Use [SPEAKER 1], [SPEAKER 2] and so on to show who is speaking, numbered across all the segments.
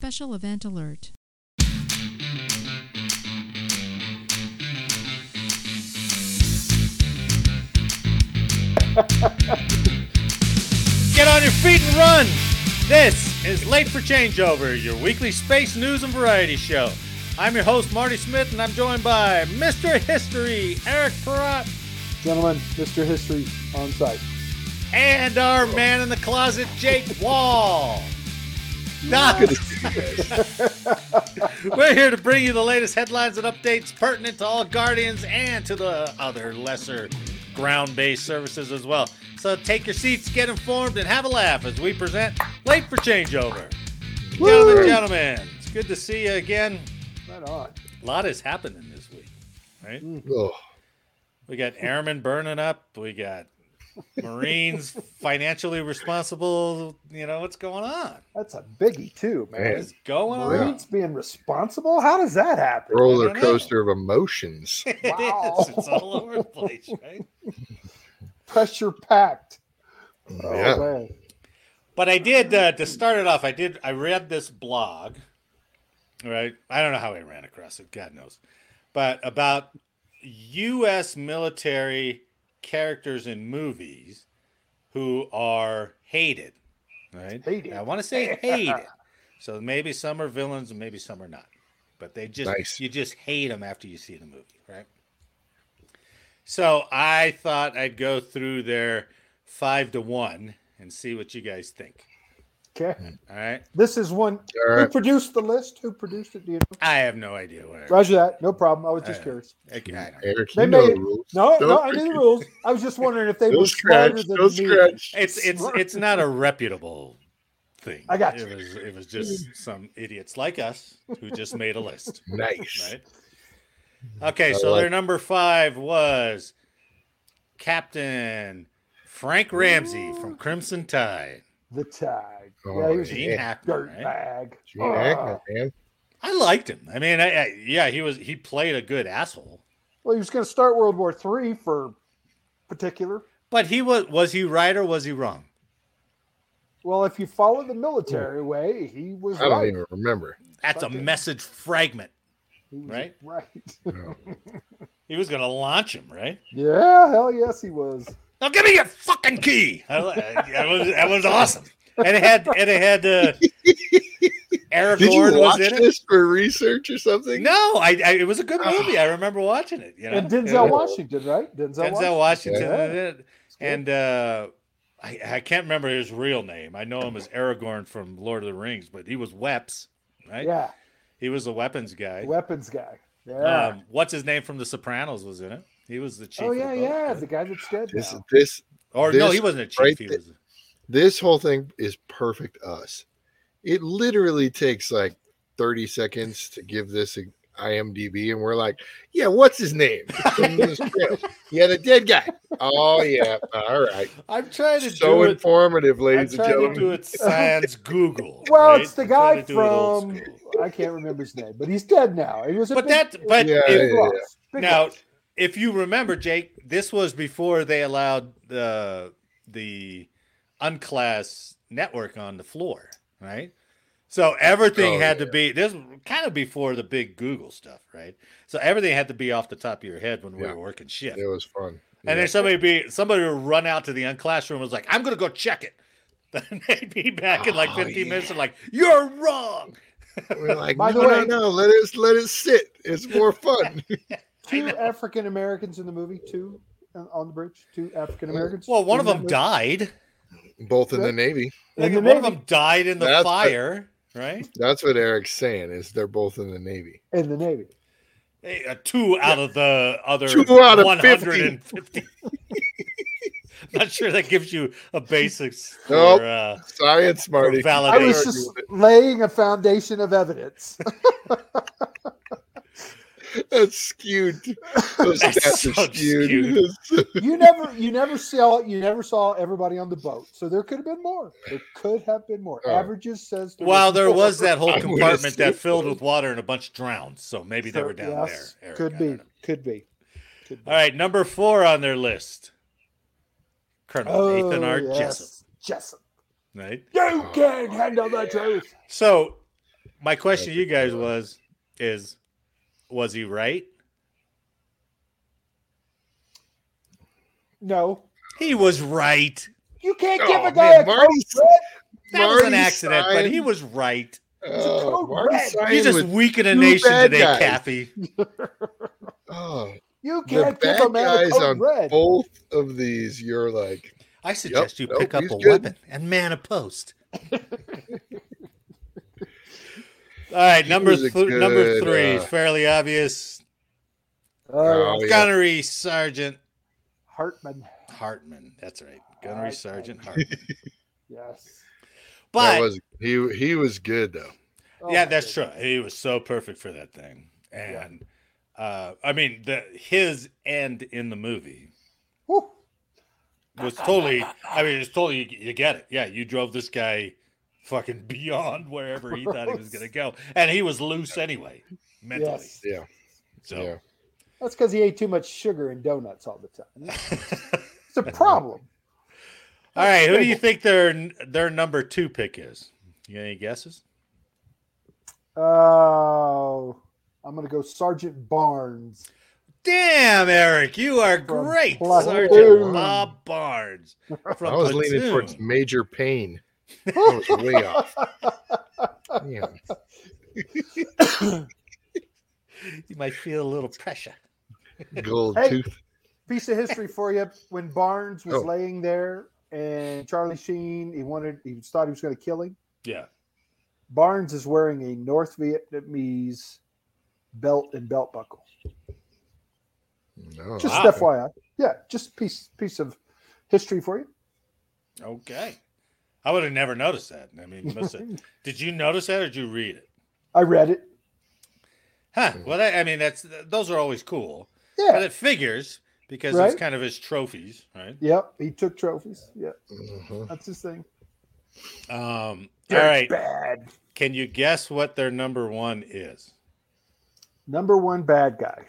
[SPEAKER 1] Special Event Alert.
[SPEAKER 2] Get on your feet and run! This is Late for Changeover, your weekly space news and variety show. I'm your host, Marty Smith, and I'm joined by Mr. History, Eric Perrott,
[SPEAKER 3] Gentlemen, Mr. History on site.
[SPEAKER 2] and our man in the closet, Jake Wall. Doc, we're here to bring you the latest headlines and updates pertinent to all Guardians and to the other lesser ground based services as well. So take your seats, get informed, and have a laugh as we present Late for Changeover. Gentlemen, gentlemen, it's good to see you again.
[SPEAKER 3] Right on.
[SPEAKER 2] A lot is happening this week, right?
[SPEAKER 3] Mm.
[SPEAKER 4] Oh,
[SPEAKER 2] We got airmen burning up. We got Marines financially responsible. You know what's going on?
[SPEAKER 3] That's a biggie too, man.
[SPEAKER 2] What's going on?
[SPEAKER 3] Marines being responsible? How does that happen?
[SPEAKER 2] I
[SPEAKER 4] roller
[SPEAKER 2] don't know.
[SPEAKER 4] coaster of emotions. Oh,
[SPEAKER 2] It
[SPEAKER 3] Wow.
[SPEAKER 2] is. It's all over the place, right?
[SPEAKER 3] Pressure packed. Oh,
[SPEAKER 4] yeah.
[SPEAKER 3] man.
[SPEAKER 2] But I did uh, to start it off. I did. I read this blog, right? I don't know how I ran across it. God knows, but about U.S. military characters in movies who are hated, right?
[SPEAKER 3] Hated.
[SPEAKER 2] I want to say hated. so maybe some are villains, and maybe some are not. But they just
[SPEAKER 4] Nice.
[SPEAKER 2] you just hate them after you see the movie, right? So I thought I'd go through their five to one and see what you guys think.
[SPEAKER 3] Okay.
[SPEAKER 2] All right.
[SPEAKER 3] This is one.
[SPEAKER 4] All
[SPEAKER 3] Who
[SPEAKER 4] right.
[SPEAKER 3] produced the list? Who produced it? Do you know?
[SPEAKER 2] I have no idea where.
[SPEAKER 3] Roger that. No problem. I was just
[SPEAKER 2] Uh,
[SPEAKER 3] curious.
[SPEAKER 2] Okay, I don't-
[SPEAKER 4] Eric,
[SPEAKER 3] They
[SPEAKER 4] you know
[SPEAKER 3] made-
[SPEAKER 4] the rules.
[SPEAKER 3] No,
[SPEAKER 4] Don't
[SPEAKER 3] no, I knew the
[SPEAKER 4] forget-
[SPEAKER 3] rules. I was just wondering if they
[SPEAKER 4] Don't
[SPEAKER 3] were smarter
[SPEAKER 4] scratch.
[SPEAKER 3] than
[SPEAKER 4] Don't
[SPEAKER 3] me.
[SPEAKER 4] scratch.
[SPEAKER 2] It's it's it's not a reputable thing.
[SPEAKER 3] I got you.
[SPEAKER 2] It was it was just some idiots like us who just made a list,
[SPEAKER 4] Nice.
[SPEAKER 2] right? Okay,
[SPEAKER 4] I
[SPEAKER 2] so
[SPEAKER 4] like
[SPEAKER 2] their number five was Captain Frank Ramsey from Crimson Tide.
[SPEAKER 3] The tag.
[SPEAKER 4] Oh,
[SPEAKER 3] Yeah, he was a
[SPEAKER 2] Gene
[SPEAKER 4] Yeah.
[SPEAKER 2] Hackman,
[SPEAKER 3] dirt
[SPEAKER 2] right?
[SPEAKER 3] bag.
[SPEAKER 4] Gene
[SPEAKER 3] Ah,
[SPEAKER 4] Hackman, man.
[SPEAKER 2] I liked him. I mean, I, I, yeah, he was he played a good asshole,
[SPEAKER 3] Well, he was going to start World War Three for particular.
[SPEAKER 2] but he was was he right or was he wrong?
[SPEAKER 3] Well, if you follow the military way, he was
[SPEAKER 4] I don't
[SPEAKER 3] right.
[SPEAKER 4] even remember.
[SPEAKER 2] That's a
[SPEAKER 3] Fucking-
[SPEAKER 2] message fragment.
[SPEAKER 3] He was
[SPEAKER 2] Right?
[SPEAKER 3] Right.
[SPEAKER 4] No.
[SPEAKER 2] He was gonna launch him, right?
[SPEAKER 3] Yeah, hell yes, he was.
[SPEAKER 2] Now give me your fucking key. I, li- that was that was awesome. And it had and it had uh, Eric
[SPEAKER 4] Did
[SPEAKER 2] Lord
[SPEAKER 4] you watch
[SPEAKER 2] was in
[SPEAKER 4] this for research or
[SPEAKER 2] it.
[SPEAKER 4] something?
[SPEAKER 2] No, I, I it was a good movie. I remember watching it. You know?
[SPEAKER 3] And Denzel
[SPEAKER 2] Yeah.
[SPEAKER 3] Washington, right? Denzel,
[SPEAKER 2] Denzel
[SPEAKER 3] Washington.
[SPEAKER 2] Washington.
[SPEAKER 3] Yeah.
[SPEAKER 2] did it. And uh, I, I can't remember his real name. I know him as Aragorn from Lord of the Rings, but he was Weps, right?
[SPEAKER 3] Yeah,
[SPEAKER 2] He was the weapons guy.
[SPEAKER 3] weapons guy. Yeah.
[SPEAKER 2] Um, what's his name from The Sopranos was in it? He was the chief.
[SPEAKER 3] oh
[SPEAKER 2] of the
[SPEAKER 3] yeah,
[SPEAKER 2] boat,
[SPEAKER 3] yeah,
[SPEAKER 2] right?
[SPEAKER 3] the guy that's dead
[SPEAKER 4] This
[SPEAKER 3] now.
[SPEAKER 4] this
[SPEAKER 2] Or no,
[SPEAKER 4] this
[SPEAKER 2] he wasn't a chief.
[SPEAKER 4] right
[SPEAKER 2] he
[SPEAKER 4] th-
[SPEAKER 2] was.
[SPEAKER 4] this whole thing is perfect us. It literally takes like 30 seconds to give this a IMDb, and we're like, yeah, what's his name? yeah, the dead guy. Oh yeah, all right.
[SPEAKER 2] I'm trying to
[SPEAKER 4] So
[SPEAKER 2] do it.
[SPEAKER 4] informative,
[SPEAKER 2] I'm
[SPEAKER 4] ladies and
[SPEAKER 2] trying to
[SPEAKER 4] gentlemen.
[SPEAKER 2] do it sans Google.
[SPEAKER 3] Well,
[SPEAKER 2] right?
[SPEAKER 3] it's the
[SPEAKER 2] I'm trying
[SPEAKER 3] guy
[SPEAKER 2] to do it old
[SPEAKER 3] from
[SPEAKER 2] school.
[SPEAKER 3] I can't remember his name, but he's dead now. He was a
[SPEAKER 2] But
[SPEAKER 3] big,
[SPEAKER 2] that, but
[SPEAKER 4] Yeah,
[SPEAKER 2] if,
[SPEAKER 3] big
[SPEAKER 4] yeah,
[SPEAKER 3] loss.
[SPEAKER 4] yeah.
[SPEAKER 3] Big
[SPEAKER 2] now,
[SPEAKER 3] loss.
[SPEAKER 2] if you remember, Jake, this was before they allowed the the unclass network on the floor, right? So everything
[SPEAKER 4] Oh,
[SPEAKER 2] had to be this was kind of before the big Google stuff, right? So everything had to be off the top of your head when we
[SPEAKER 4] Yeah.
[SPEAKER 2] were working shift.
[SPEAKER 4] It was fun.
[SPEAKER 2] And then somebody be somebody would run out to the unclassroom and was like, I'm gonna go check it. Then they'd be back in like
[SPEAKER 4] Oh,
[SPEAKER 2] 15 minutes and
[SPEAKER 4] yeah.
[SPEAKER 2] like, you're wrong.
[SPEAKER 4] We're like,
[SPEAKER 3] By the
[SPEAKER 4] no,
[SPEAKER 3] way-
[SPEAKER 4] no, no, let us let it sit. It's more fun.
[SPEAKER 3] two African Americans in the movie, two uh, on the bridge, two African Americans.
[SPEAKER 2] Well, one of
[SPEAKER 3] in
[SPEAKER 2] them
[SPEAKER 3] that
[SPEAKER 2] died.
[SPEAKER 4] Both in the Navy.
[SPEAKER 3] movie. In
[SPEAKER 2] Like,
[SPEAKER 3] the
[SPEAKER 2] one of
[SPEAKER 3] Navy.
[SPEAKER 2] them died in the
[SPEAKER 4] That's the-
[SPEAKER 2] fire, right?
[SPEAKER 4] That's what Eric's saying. Is they're both in the Navy.
[SPEAKER 3] In the Navy.
[SPEAKER 2] Hey, uh, two out of the other
[SPEAKER 4] Two out of
[SPEAKER 2] 150. Not sure that gives you a basics for,
[SPEAKER 4] Nope.
[SPEAKER 2] uh,
[SPEAKER 4] Science,
[SPEAKER 2] for
[SPEAKER 4] Marty.
[SPEAKER 3] I
[SPEAKER 2] validation.
[SPEAKER 3] was just laying a foundation of evidence.
[SPEAKER 4] That's skewed. Those
[SPEAKER 2] That's
[SPEAKER 4] stats
[SPEAKER 2] so
[SPEAKER 4] are skewed.
[SPEAKER 2] skewed.
[SPEAKER 3] you never you never saw you never saw everybody on the boat so there could have been more there could have been more
[SPEAKER 4] Oh.
[SPEAKER 3] averages says
[SPEAKER 2] Well, there
[SPEAKER 3] more.
[SPEAKER 2] was that whole
[SPEAKER 4] I would've
[SPEAKER 2] compartment that
[SPEAKER 4] said-
[SPEAKER 2] filled with water and a bunch drowned, so maybe they
[SPEAKER 3] So,
[SPEAKER 2] were down
[SPEAKER 3] yes,
[SPEAKER 2] there. Eric, I
[SPEAKER 3] could
[SPEAKER 2] don't
[SPEAKER 3] be
[SPEAKER 2] know.
[SPEAKER 3] could be could be
[SPEAKER 2] All right, number four on their list, Colonel
[SPEAKER 3] Oh,
[SPEAKER 2] Nathan R. Jessup. Oh,
[SPEAKER 3] Jessup
[SPEAKER 2] Right.
[SPEAKER 3] you can handle the truth
[SPEAKER 2] So my question to you guys
[SPEAKER 4] good.
[SPEAKER 2] was is was he right?
[SPEAKER 3] No,
[SPEAKER 2] He was right.
[SPEAKER 3] you can't
[SPEAKER 4] Oh,
[SPEAKER 3] give a
[SPEAKER 4] man,
[SPEAKER 3] guy a
[SPEAKER 4] Marty
[SPEAKER 3] code red.
[SPEAKER 2] That was an
[SPEAKER 4] Marty
[SPEAKER 2] accident, but he
[SPEAKER 4] Stein-
[SPEAKER 2] was right.
[SPEAKER 4] Oh,
[SPEAKER 3] code
[SPEAKER 4] Marty
[SPEAKER 3] red.
[SPEAKER 4] Stein
[SPEAKER 2] You just
[SPEAKER 4] was-
[SPEAKER 2] weaken a
[SPEAKER 4] two
[SPEAKER 2] nation
[SPEAKER 4] bad
[SPEAKER 2] today,
[SPEAKER 4] guys.
[SPEAKER 2] Kathy.
[SPEAKER 4] oh,
[SPEAKER 3] You
[SPEAKER 4] The
[SPEAKER 3] can't give a
[SPEAKER 4] bad
[SPEAKER 3] man a
[SPEAKER 4] guys
[SPEAKER 3] code
[SPEAKER 4] on
[SPEAKER 3] red.
[SPEAKER 4] both of these, you're like,
[SPEAKER 2] I suggest you
[SPEAKER 4] nope,
[SPEAKER 2] pick up
[SPEAKER 4] he's
[SPEAKER 2] a
[SPEAKER 4] good.
[SPEAKER 2] weapon and man a post. All right,
[SPEAKER 4] He
[SPEAKER 2] number
[SPEAKER 4] was a
[SPEAKER 2] th- number
[SPEAKER 4] good,
[SPEAKER 2] three
[SPEAKER 4] uh,
[SPEAKER 2] is fairly obvious.
[SPEAKER 3] All right,
[SPEAKER 4] Oh, yeah.
[SPEAKER 2] Gunnery Sergeant
[SPEAKER 3] Hartman.
[SPEAKER 2] Hartman. That's right,
[SPEAKER 3] All
[SPEAKER 2] Gunnery
[SPEAKER 3] right,
[SPEAKER 2] Sergeant
[SPEAKER 3] Hartman.
[SPEAKER 2] Hartman.
[SPEAKER 3] Yes.
[SPEAKER 4] that
[SPEAKER 2] But
[SPEAKER 4] was he. He was good though.
[SPEAKER 3] Oh,
[SPEAKER 2] yeah,
[SPEAKER 3] my
[SPEAKER 2] that's
[SPEAKER 3] goodness.
[SPEAKER 2] true. He was so perfect for that thing, and uh, I mean, the his end in the movie
[SPEAKER 3] Whew.
[SPEAKER 2] was totally. I mean, it's totally. You, you get it. Yeah, you drove this guy fucking beyond wherever he thought he was gonna go, and he was loose anyway mentally.
[SPEAKER 3] Yes.
[SPEAKER 4] Yeah,
[SPEAKER 2] So.
[SPEAKER 4] yeah.
[SPEAKER 3] That's because he ate too much sugar and donuts all the time. It's a problem.
[SPEAKER 2] All right, who do you think their their number two pick is? You got any guesses?
[SPEAKER 3] Oh, I'm gonna go Sergeant Barnes.
[SPEAKER 2] Damn, Eric, you are
[SPEAKER 3] From
[SPEAKER 2] great,
[SPEAKER 3] Platoon.
[SPEAKER 2] Sergeant Bob Barnes from
[SPEAKER 4] I was leaning
[SPEAKER 2] Platoon.
[SPEAKER 4] towards major pain. That was way off. Yeah.
[SPEAKER 2] You might feel a little pressure.
[SPEAKER 4] Gold
[SPEAKER 3] Hey.
[SPEAKER 4] tooth.
[SPEAKER 3] Piece of history for you. When Barnes was
[SPEAKER 4] Oh.
[SPEAKER 3] laying there and Charlie Sheen, he wanted, he thought he was gonna kill him.
[SPEAKER 2] Yeah,
[SPEAKER 3] Barnes is wearing a North Vietnamese belt and belt buckle.
[SPEAKER 4] No.
[SPEAKER 3] Just
[SPEAKER 2] Wow.
[SPEAKER 3] FYI. Yeah, just piece piece of history for you.
[SPEAKER 2] okay. I would have never noticed that. I mean, you must have, did you notice that or did you read it?
[SPEAKER 3] I read it.
[SPEAKER 2] Huh. Well, that, I mean, that's those are always cool, but
[SPEAKER 3] Yeah.
[SPEAKER 2] it figures because it's
[SPEAKER 3] Right.
[SPEAKER 2] kind of his trophies, right?
[SPEAKER 3] Yep. He took trophies. Yeah,
[SPEAKER 4] Mhm.
[SPEAKER 3] that's his thing.
[SPEAKER 2] Um, all
[SPEAKER 3] They're
[SPEAKER 2] right,
[SPEAKER 3] Bad.
[SPEAKER 2] can you guess what their number one is?
[SPEAKER 3] Number one bad guy.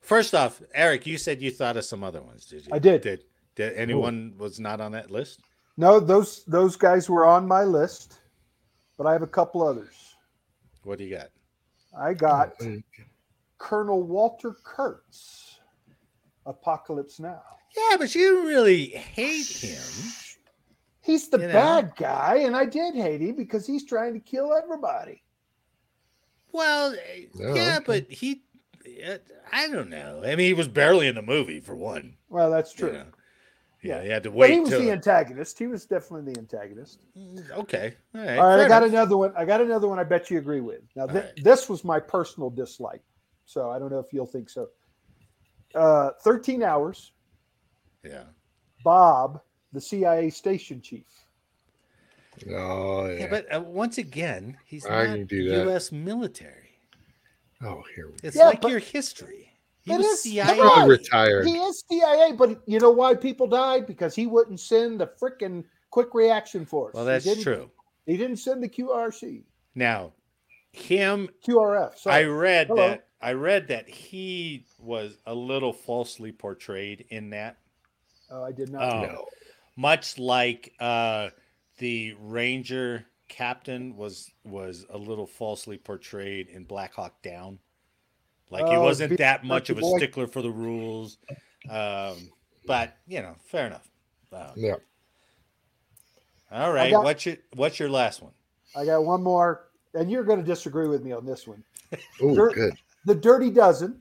[SPEAKER 2] First off, Eric, you said you thought of some other ones, did you?
[SPEAKER 3] I did.
[SPEAKER 2] Did, did anyone was not on that list?
[SPEAKER 3] No, those those guys were on my list, but I have a couple others.
[SPEAKER 2] What do you got?
[SPEAKER 3] I got
[SPEAKER 4] Oh,
[SPEAKER 3] Colonel Walter Kurtz, Apocalypse Now.
[SPEAKER 2] Yeah, but you really hate him.
[SPEAKER 3] He's the
[SPEAKER 2] You know.
[SPEAKER 3] bad guy, and I did hate him because he's trying to kill everybody.
[SPEAKER 2] Well, eh,
[SPEAKER 4] No,
[SPEAKER 2] yeah,
[SPEAKER 4] okay.
[SPEAKER 2] but he, eh, I don't know. I mean, he was barely in the movie for one.
[SPEAKER 3] Well, that's
[SPEAKER 2] you
[SPEAKER 3] true.
[SPEAKER 2] know. Yeah,
[SPEAKER 3] Yeah.
[SPEAKER 2] he had to
[SPEAKER 3] But he
[SPEAKER 2] wait
[SPEAKER 3] was
[SPEAKER 2] till. Mm,
[SPEAKER 3] the antagonist. He was definitely the antagonist.
[SPEAKER 2] okay, all right.
[SPEAKER 3] All right,
[SPEAKER 2] fair
[SPEAKER 3] I got
[SPEAKER 2] enough.
[SPEAKER 3] another one. I got another one. I bet you agree with. Now,
[SPEAKER 2] All
[SPEAKER 3] th-
[SPEAKER 2] right.
[SPEAKER 3] this was my personal dislike, so I don't know if you'll think so. Uh, Thirteen hours.
[SPEAKER 2] Yeah.
[SPEAKER 3] Bob, the CIA station chief.
[SPEAKER 4] Oh
[SPEAKER 2] yeah,
[SPEAKER 4] yeah.
[SPEAKER 2] but uh, once again, he's
[SPEAKER 4] I
[SPEAKER 2] not
[SPEAKER 4] can do that.
[SPEAKER 2] U.S. military.
[SPEAKER 4] oh here. we
[SPEAKER 2] It's
[SPEAKER 3] Yeah,
[SPEAKER 2] like
[SPEAKER 3] but-
[SPEAKER 2] your history. He
[SPEAKER 3] It
[SPEAKER 2] was
[SPEAKER 3] is-
[SPEAKER 4] go.
[SPEAKER 2] CIA.
[SPEAKER 3] Come on.
[SPEAKER 4] Probably retired.
[SPEAKER 3] He is CIA, but you know why people died? Because he wouldn't send the frickin' quick reaction force.
[SPEAKER 2] Well,
[SPEAKER 3] He
[SPEAKER 2] that's
[SPEAKER 3] didn't-
[SPEAKER 2] true.
[SPEAKER 3] He didn't send the QRC,
[SPEAKER 2] Now, him
[SPEAKER 3] QRF.
[SPEAKER 2] I
[SPEAKER 3] Sorry.
[SPEAKER 2] read
[SPEAKER 3] Hello.
[SPEAKER 2] that I read that he was a little falsely portrayed in that,
[SPEAKER 3] oh, I did not.
[SPEAKER 2] Oh.
[SPEAKER 3] know.
[SPEAKER 4] No.
[SPEAKER 2] much like uh, the Ranger captain was was a little falsely portrayed in Black Hawk Down. Like he
[SPEAKER 3] Oh,
[SPEAKER 2] wasn't
[SPEAKER 3] be-
[SPEAKER 2] that much of a
[SPEAKER 3] boy.
[SPEAKER 2] stickler for the rules, um, but you know, fair enough. Um,
[SPEAKER 4] Yeah.
[SPEAKER 2] all right,
[SPEAKER 3] got-
[SPEAKER 2] what's your what's your last one?
[SPEAKER 3] I got one more, and you're going to disagree with me on this one.
[SPEAKER 4] Oh
[SPEAKER 3] Dirt-
[SPEAKER 4] good.
[SPEAKER 3] The Dirty Dozen.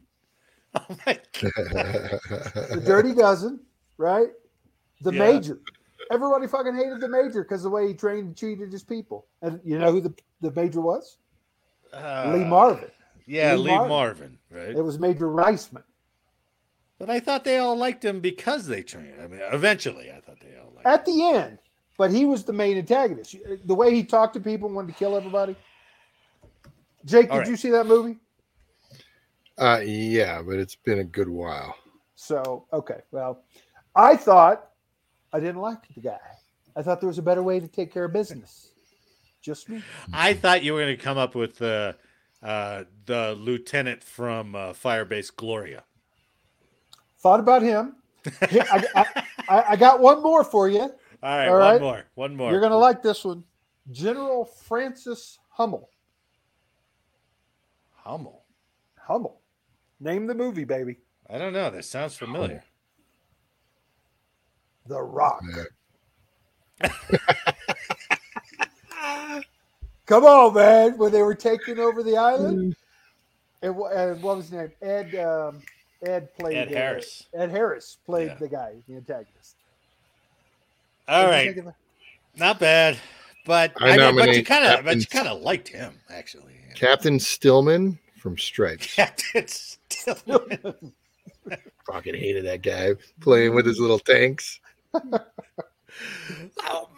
[SPEAKER 2] Oh my God.
[SPEAKER 3] The Dirty Dozen, right? The
[SPEAKER 2] Yeah.
[SPEAKER 3] Major. Everybody fucking hated the Major because the way he trained and treated his people. And you know who the, the Major was? Lee
[SPEAKER 2] Uh,
[SPEAKER 3] Marvin.
[SPEAKER 2] Yeah, Lee,
[SPEAKER 3] Lee Marvin.
[SPEAKER 2] Marvin. Right.
[SPEAKER 3] It was Major Reisman.
[SPEAKER 2] But I thought they all liked him because they trained. I mean, eventually, I thought they all liked.
[SPEAKER 3] at
[SPEAKER 2] him.
[SPEAKER 3] the end, but he was the main antagonist. The way he talked to people, and wanted to kill everybody. Jake,
[SPEAKER 2] All
[SPEAKER 3] did
[SPEAKER 2] right.
[SPEAKER 3] you see that movie?
[SPEAKER 4] Uh, yeah, but it's been a good while.
[SPEAKER 3] So okay, well, I thought I didn't like the guy. I thought there was a better way to take care of business. Just me.
[SPEAKER 2] I thought you were going to come up with the uh, the lieutenant from uh, Firebase Gloria.
[SPEAKER 3] Thought about him. Here, I, I, I got one more for you.
[SPEAKER 2] All right,
[SPEAKER 3] All
[SPEAKER 2] one
[SPEAKER 3] right.
[SPEAKER 2] more, one more.
[SPEAKER 3] You're gonna like this one. General Francis Hummel,
[SPEAKER 2] Hummel.
[SPEAKER 3] Hummel. Name the movie, baby.
[SPEAKER 2] I don't know. That sounds familiar.
[SPEAKER 3] The Rock.
[SPEAKER 4] Uh,
[SPEAKER 3] Come on, man. When they were taking over the island, and, wha- and what was his name? Ed. Um, Ed played
[SPEAKER 2] Ed
[SPEAKER 3] uh,
[SPEAKER 2] Harris.
[SPEAKER 3] Ed Harris played
[SPEAKER 2] Yeah.
[SPEAKER 3] the guy, the antagonist.
[SPEAKER 2] All
[SPEAKER 3] What'd you
[SPEAKER 2] right,
[SPEAKER 3] think of it?
[SPEAKER 2] not bad, but
[SPEAKER 4] I
[SPEAKER 2] I, mean, but you
[SPEAKER 4] nominate
[SPEAKER 2] kind of but you
[SPEAKER 4] Captain's-
[SPEAKER 2] kind of liked him actually.
[SPEAKER 4] Captain Stillman from Stripes.
[SPEAKER 2] Captain Stillman.
[SPEAKER 4] Fucking hated that guy playing with his little tanks.
[SPEAKER 2] oh, mama.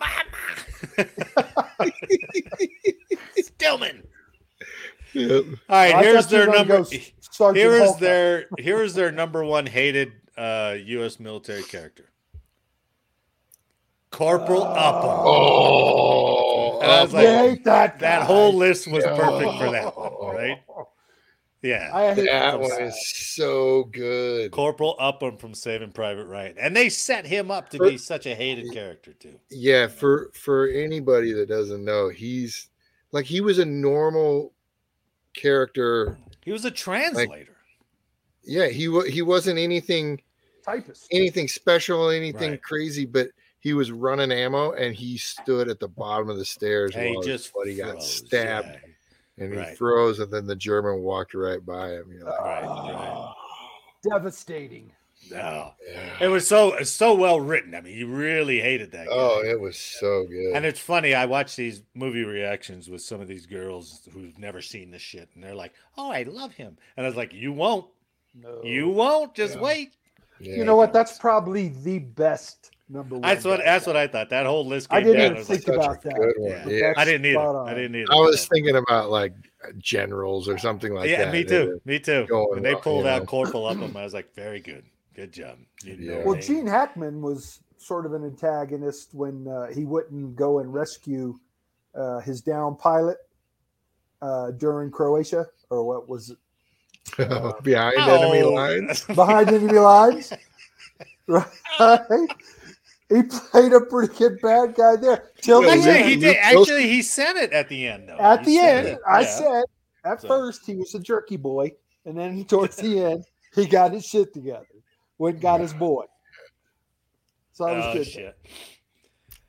[SPEAKER 2] Stillman.
[SPEAKER 4] Yep.
[SPEAKER 2] All right,
[SPEAKER 3] I
[SPEAKER 2] here's
[SPEAKER 3] thought you were
[SPEAKER 2] their
[SPEAKER 3] gonna
[SPEAKER 2] number.
[SPEAKER 3] go Sergeant
[SPEAKER 2] Here is
[SPEAKER 3] Hulk.
[SPEAKER 2] their here is their number one hated uh, U.S. military character, Corporal
[SPEAKER 4] Uh,
[SPEAKER 2] Upham.
[SPEAKER 4] Oh,
[SPEAKER 2] And I was
[SPEAKER 3] I hate that.
[SPEAKER 2] That
[SPEAKER 3] guy.
[SPEAKER 2] whole list was
[SPEAKER 4] Yeah.
[SPEAKER 2] perfect for that one, right? Yeah.
[SPEAKER 3] I hate that
[SPEAKER 4] that one is so good.
[SPEAKER 2] Corporal Upham from Saving Private Ryan. And they set him up to be such a hated character, too.
[SPEAKER 4] Yeah, for for anybody that doesn't know, he's like he was a normal character.
[SPEAKER 2] He was a translator.
[SPEAKER 4] Yeah, he wa he wasn't anything
[SPEAKER 3] typist.
[SPEAKER 4] anything special, anything
[SPEAKER 2] Right.
[SPEAKER 4] crazy, but he was running ammo and he stood at the bottom of the stairs
[SPEAKER 2] and he
[SPEAKER 4] while his
[SPEAKER 2] just
[SPEAKER 4] buddy got
[SPEAKER 2] froze,
[SPEAKER 4] stabbed
[SPEAKER 2] yeah.
[SPEAKER 4] and he
[SPEAKER 2] right.
[SPEAKER 4] froze and then the German walked right by him. You're like,
[SPEAKER 2] Right,
[SPEAKER 3] Oh, Devastating.
[SPEAKER 2] No.
[SPEAKER 4] "Yeah."
[SPEAKER 2] It was so it's so well written. I mean, you really hated that guy.
[SPEAKER 4] oh, it was so good.
[SPEAKER 2] And it's funny, I watch these movie reactions with some of these girls who've never seen this shit, and they're like, Oh, I love him. And I was like, You won't.
[SPEAKER 3] No.
[SPEAKER 2] You won't. Just
[SPEAKER 4] Yeah.
[SPEAKER 2] wait.
[SPEAKER 3] You
[SPEAKER 4] Yeah.
[SPEAKER 3] know what? That's probably the best number one.
[SPEAKER 2] That's what that's what I thought. That whole list
[SPEAKER 3] I
[SPEAKER 2] came
[SPEAKER 3] didn't
[SPEAKER 2] down.
[SPEAKER 3] even
[SPEAKER 2] I was
[SPEAKER 4] That's
[SPEAKER 2] like,
[SPEAKER 3] think about that.
[SPEAKER 4] good one.
[SPEAKER 2] Yeah.
[SPEAKER 4] Yeah.
[SPEAKER 2] I didn't
[SPEAKER 3] Spot
[SPEAKER 2] either. I
[SPEAKER 3] on.
[SPEAKER 2] didn't either.
[SPEAKER 4] I was
[SPEAKER 2] So-
[SPEAKER 4] thinking about like generals or something like
[SPEAKER 2] yeah,
[SPEAKER 4] that.
[SPEAKER 2] me too. Me too.
[SPEAKER 4] going
[SPEAKER 2] When they
[SPEAKER 4] well,
[SPEAKER 2] pulled
[SPEAKER 4] you
[SPEAKER 2] out
[SPEAKER 4] know.
[SPEAKER 2] Corporal up him, I was like, very good. Good job. You know
[SPEAKER 4] Yeah.
[SPEAKER 3] Well,
[SPEAKER 2] they-
[SPEAKER 3] Gene Hackman was sort of an antagonist when uh, he wouldn't go and rescue uh, his down pilot uh, during Croatia, or what was it? Uh,
[SPEAKER 4] Behind enemy
[SPEAKER 2] Oh.
[SPEAKER 4] lines.
[SPEAKER 3] Behind enemy lines, right? he played a pretty good bad guy there. Till the
[SPEAKER 4] Well,
[SPEAKER 2] actually,
[SPEAKER 3] end.
[SPEAKER 2] he
[SPEAKER 4] Luke
[SPEAKER 2] did.
[SPEAKER 4] Wilson-
[SPEAKER 2] Actually, he said it at the end, though. He
[SPEAKER 3] at the
[SPEAKER 2] said
[SPEAKER 3] end,
[SPEAKER 2] it.
[SPEAKER 3] I
[SPEAKER 2] Yeah.
[SPEAKER 3] said at
[SPEAKER 2] So-
[SPEAKER 3] first he was a jerky boy, and then towards the end he got his shit together. Went and got his boy. So I was
[SPEAKER 2] Oh,
[SPEAKER 3] good.
[SPEAKER 2] shit.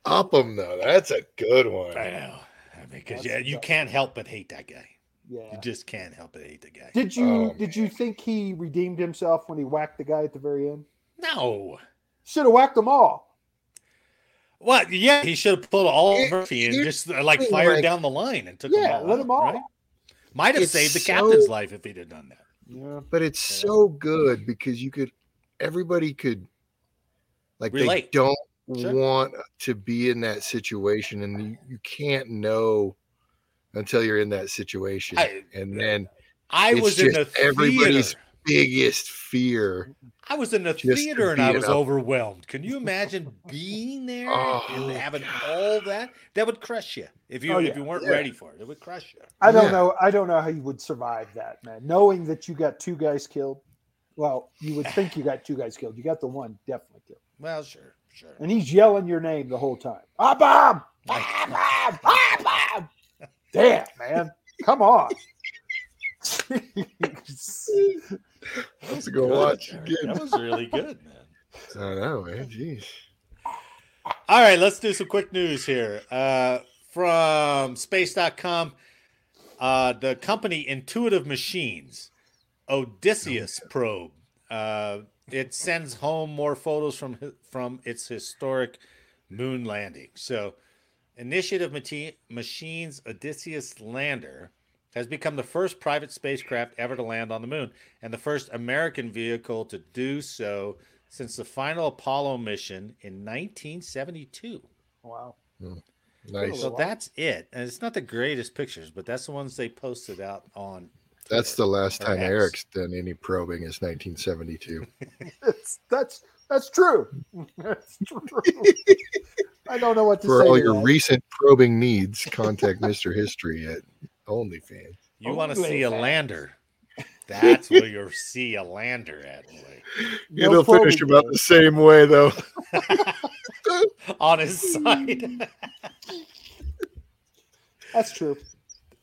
[SPEAKER 4] Upham though, that's a good one.
[SPEAKER 2] I know. I mean, because
[SPEAKER 3] That's
[SPEAKER 2] yeah, you
[SPEAKER 3] tough.
[SPEAKER 2] can't help but hate that guy.
[SPEAKER 3] Yeah.
[SPEAKER 2] You just can't help but hate the guy.
[SPEAKER 3] Did you
[SPEAKER 4] Oh,
[SPEAKER 3] did you think he redeemed himself when he whacked the guy at the very end?
[SPEAKER 2] No.
[SPEAKER 3] Should have whacked them all.
[SPEAKER 2] What? Yeah, he should have pulled all
[SPEAKER 4] It-
[SPEAKER 2] Murphy and
[SPEAKER 4] here's
[SPEAKER 2] just uh, like
[SPEAKER 4] the thing,
[SPEAKER 2] fired
[SPEAKER 4] like-
[SPEAKER 2] down the line and took.
[SPEAKER 3] Yeah,
[SPEAKER 2] them all
[SPEAKER 3] let
[SPEAKER 2] out,
[SPEAKER 3] them all.
[SPEAKER 2] right? Might have
[SPEAKER 4] It's
[SPEAKER 2] saved the
[SPEAKER 4] so-
[SPEAKER 2] captain's life if he'd have done that.
[SPEAKER 3] Yeah.
[SPEAKER 4] But it's so good because you could everybody could like they
[SPEAKER 2] Relate.
[SPEAKER 4] don't
[SPEAKER 2] Sure.
[SPEAKER 4] want to be in that situation and you, you can't know until you're in that situation.
[SPEAKER 2] I-
[SPEAKER 4] and then
[SPEAKER 2] I
[SPEAKER 4] It's
[SPEAKER 2] was in the
[SPEAKER 4] just everybody's-
[SPEAKER 2] theater.
[SPEAKER 4] biggest fear.
[SPEAKER 2] I was in the
[SPEAKER 4] Just to
[SPEAKER 2] theater and I
[SPEAKER 4] beat it
[SPEAKER 2] was
[SPEAKER 4] up.
[SPEAKER 2] overwhelmed. Can you imagine being there and
[SPEAKER 4] Oh,
[SPEAKER 2] having all that? That would crush you if you
[SPEAKER 3] Oh,
[SPEAKER 2] if
[SPEAKER 3] yeah.
[SPEAKER 2] you weren't
[SPEAKER 4] Yeah.
[SPEAKER 2] ready for it. It would crush you.
[SPEAKER 3] I don't
[SPEAKER 4] Yeah.
[SPEAKER 3] know. I don't know how you would survive that, man. Knowing that you got two guys killed. Well, you would think you got two guys killed. You got the one definitely killed.
[SPEAKER 2] Well, sure, sure.
[SPEAKER 3] And he's yelling your name the whole time. Ah Bob! Ah Bob! Ah Bob! Damn, man. Come on.
[SPEAKER 4] That's a go
[SPEAKER 2] Good,
[SPEAKER 4] watch
[SPEAKER 2] Jared.
[SPEAKER 4] again.
[SPEAKER 2] That was really good, man.
[SPEAKER 4] I know, man. Jeez.
[SPEAKER 2] All right, let's do some quick news here. Uh, from space.com, uh, the company Intuitive Machines, Odysseus probe. Uh, it sends home more photos from hi- from its historic moon landing. So, Initiative Mati- Machines Odysseus lander has become the first private spacecraft ever to land on the moon and the first American vehicle to do so since the final Apollo mission in 1972.
[SPEAKER 3] wow.
[SPEAKER 4] Nice.
[SPEAKER 2] So that's it. And it's not the greatest pictures, but that's the ones they posted out on.
[SPEAKER 4] That's the last
[SPEAKER 2] Or
[SPEAKER 4] time
[SPEAKER 2] X.
[SPEAKER 4] Eric's done any probing is 1972.
[SPEAKER 3] It's, that's that's true. That's true. I don't know what to
[SPEAKER 4] For
[SPEAKER 3] say.
[SPEAKER 4] all
[SPEAKER 3] to
[SPEAKER 4] your
[SPEAKER 3] that.
[SPEAKER 4] recent probing needs, contact Mr. History at OnlyFans.
[SPEAKER 2] You want to
[SPEAKER 3] Only
[SPEAKER 2] see a
[SPEAKER 3] fans.
[SPEAKER 2] lander. That's where you'll see a lander at. boy.
[SPEAKER 3] No
[SPEAKER 4] It'll finish
[SPEAKER 3] probing
[SPEAKER 4] about the same way, though.
[SPEAKER 2] On his side.
[SPEAKER 3] That's true.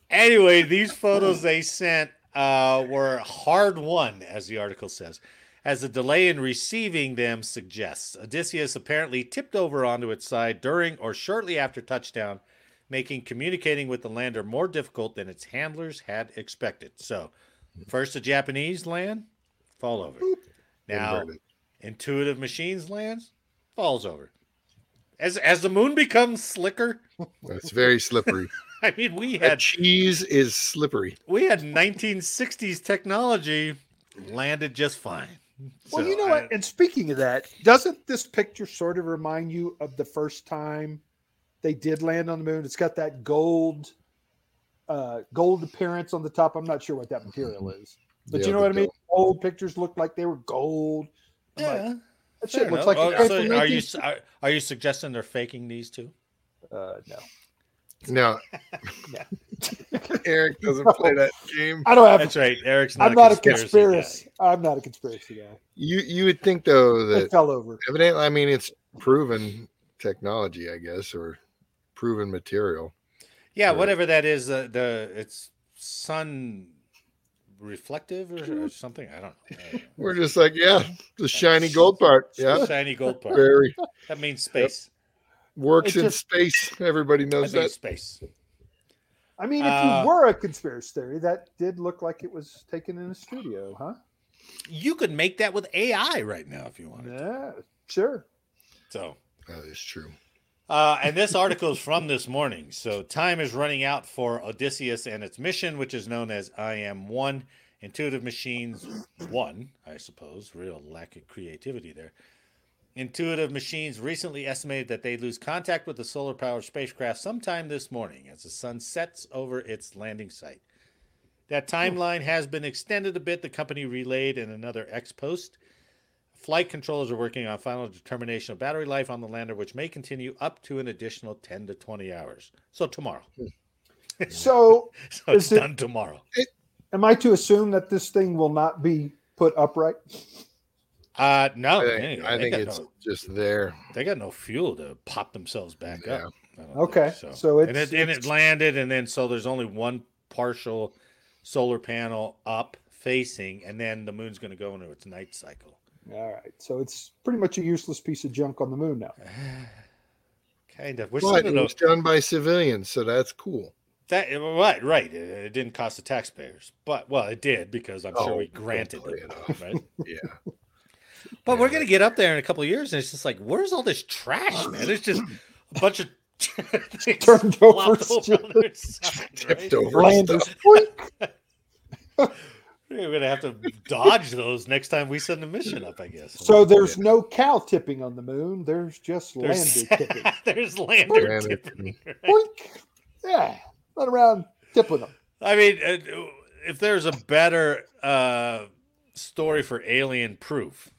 [SPEAKER 2] anyway, these photos they sent uh, were hard won, as the article says, as the delay in receiving them suggests. Odysseus apparently tipped over onto its side during or shortly after touchdown, making communicating with the lander more difficult than its handlers had expected. So, first the Japanese land, fall over. Now,
[SPEAKER 4] Inverted.
[SPEAKER 2] intuitive machines lands, falls over. As as the moon becomes slicker,
[SPEAKER 4] It's very slippery.
[SPEAKER 2] I mean, we
[SPEAKER 4] That
[SPEAKER 2] had
[SPEAKER 4] cheese is slippery.
[SPEAKER 2] we had 1960s technology landed just fine.
[SPEAKER 3] Well,
[SPEAKER 2] So
[SPEAKER 3] you know
[SPEAKER 2] I-
[SPEAKER 3] what? And speaking of that, doesn't this picture sort of remind you of the first time they did land on the moon? It's got that gold, uh, gold appearance on the top. I'm not sure what that material is, but
[SPEAKER 4] Mm-hmm. Yeah,
[SPEAKER 3] you know
[SPEAKER 4] the
[SPEAKER 3] what I mean.
[SPEAKER 4] dough.
[SPEAKER 3] Old pictures looked like they were gold. I'm like,
[SPEAKER 2] Yeah,
[SPEAKER 3] that
[SPEAKER 2] fair
[SPEAKER 3] shit looks
[SPEAKER 2] enough.
[SPEAKER 3] like. it
[SPEAKER 2] Oh, so
[SPEAKER 3] came from
[SPEAKER 2] are you
[SPEAKER 3] 1960.
[SPEAKER 2] are, are you suggesting they're faking these two?
[SPEAKER 3] Uh, no,
[SPEAKER 4] No.
[SPEAKER 3] No.
[SPEAKER 4] Eric doesn't play that game.
[SPEAKER 3] I don't have.
[SPEAKER 2] That's right. Eric's not
[SPEAKER 3] I'm not a
[SPEAKER 2] conspiracy.
[SPEAKER 3] conspiracy. I'm not a conspiracy guy.
[SPEAKER 4] You you would think though
[SPEAKER 3] It
[SPEAKER 4] that
[SPEAKER 3] fell over.
[SPEAKER 4] evidently I mean it's proven technology, I guess, or proven material.
[SPEAKER 2] guy. Yeah,
[SPEAKER 4] Right.
[SPEAKER 2] whatever that is. Uh, the it's sun reflective or, or something. I don't know.
[SPEAKER 4] We're just like, yeah, the shiny gold part. Yeah.
[SPEAKER 2] Shiny gold part.
[SPEAKER 4] Very
[SPEAKER 2] That means space.
[SPEAKER 4] works
[SPEAKER 3] It
[SPEAKER 4] in
[SPEAKER 3] just-
[SPEAKER 4] space. Everybody knows
[SPEAKER 2] That
[SPEAKER 4] that.
[SPEAKER 2] means space.
[SPEAKER 3] I mean, if
[SPEAKER 2] Uh,
[SPEAKER 3] you were a conspiracy theory, that did look like it was taken in a studio, huh?
[SPEAKER 2] You could make that with AI right now if you wanted.
[SPEAKER 3] Yeah, sure.
[SPEAKER 2] So
[SPEAKER 4] That is true.
[SPEAKER 2] Uh, and this article is from this morning. So time is running out for Odysseus and its mission, which is known as I Am One. Intuitive Machines One, I suppose. Real lack of creativity there. Intuitive Machines recently estimated that they lose contact with the solar powered spacecraft sometime this morning as the sun sets over its landing site. That timeline has been extended a bit, the company relayed in another ex post. Flight controllers are working on final determination of battery life on the lander, which may continue up to an additional 10 to 20 hours. So tomorrow.
[SPEAKER 3] So,
[SPEAKER 2] So
[SPEAKER 3] Is
[SPEAKER 2] it's
[SPEAKER 3] it-
[SPEAKER 2] done tomorrow.
[SPEAKER 3] am I to assume that this thing will not be put upright?
[SPEAKER 2] Uh no.
[SPEAKER 4] I think,
[SPEAKER 2] anyway,
[SPEAKER 4] I
[SPEAKER 2] they,
[SPEAKER 4] think
[SPEAKER 2] got
[SPEAKER 4] it's
[SPEAKER 2] no,
[SPEAKER 4] just there.
[SPEAKER 2] they got no fuel to pop themselves back
[SPEAKER 4] Yeah.
[SPEAKER 2] up. I don't think
[SPEAKER 3] Okay,
[SPEAKER 2] so,
[SPEAKER 3] so
[SPEAKER 2] and
[SPEAKER 3] it's-
[SPEAKER 2] it, and it
[SPEAKER 3] it's-
[SPEAKER 2] landed, and then so there's only one partial solar panel up facing, and then the moon's going to go into its night cycle.
[SPEAKER 3] All right. So it's pretty much a useless piece of junk on the moon now.
[SPEAKER 2] kind of. We're
[SPEAKER 4] But
[SPEAKER 2] still
[SPEAKER 4] it
[SPEAKER 2] gonna-
[SPEAKER 4] was done by civilians, so that's cool.
[SPEAKER 2] That right, right. It, it didn't cost the taxpayers, but well, it did because I'm sure
[SPEAKER 4] Oh,
[SPEAKER 2] we
[SPEAKER 4] don't
[SPEAKER 2] granted
[SPEAKER 4] play
[SPEAKER 2] it,
[SPEAKER 4] it off.
[SPEAKER 2] right?
[SPEAKER 4] Yeah.
[SPEAKER 2] But
[SPEAKER 4] Yeah, Oh,
[SPEAKER 2] we're gonna get up there in a couple of years, and it's just like, where's all this trash, man? It's just a bunch of things
[SPEAKER 3] Turned over.
[SPEAKER 2] flopped over on their side,
[SPEAKER 4] Tipped
[SPEAKER 2] right?
[SPEAKER 4] over
[SPEAKER 3] Landers.
[SPEAKER 4] stuff.
[SPEAKER 3] Boink.
[SPEAKER 2] We're gonna have to dodge those next time we send a mission up, I guess.
[SPEAKER 3] So there's no cow tipping on the moon. There's just
[SPEAKER 2] there's,
[SPEAKER 3] lander tipping.
[SPEAKER 2] there's lander
[SPEAKER 4] Lander
[SPEAKER 2] tipping, right?
[SPEAKER 3] Boink. Yeah. Run around tipping them.
[SPEAKER 2] I mean, uh, if there's a better uh, story for alien proof,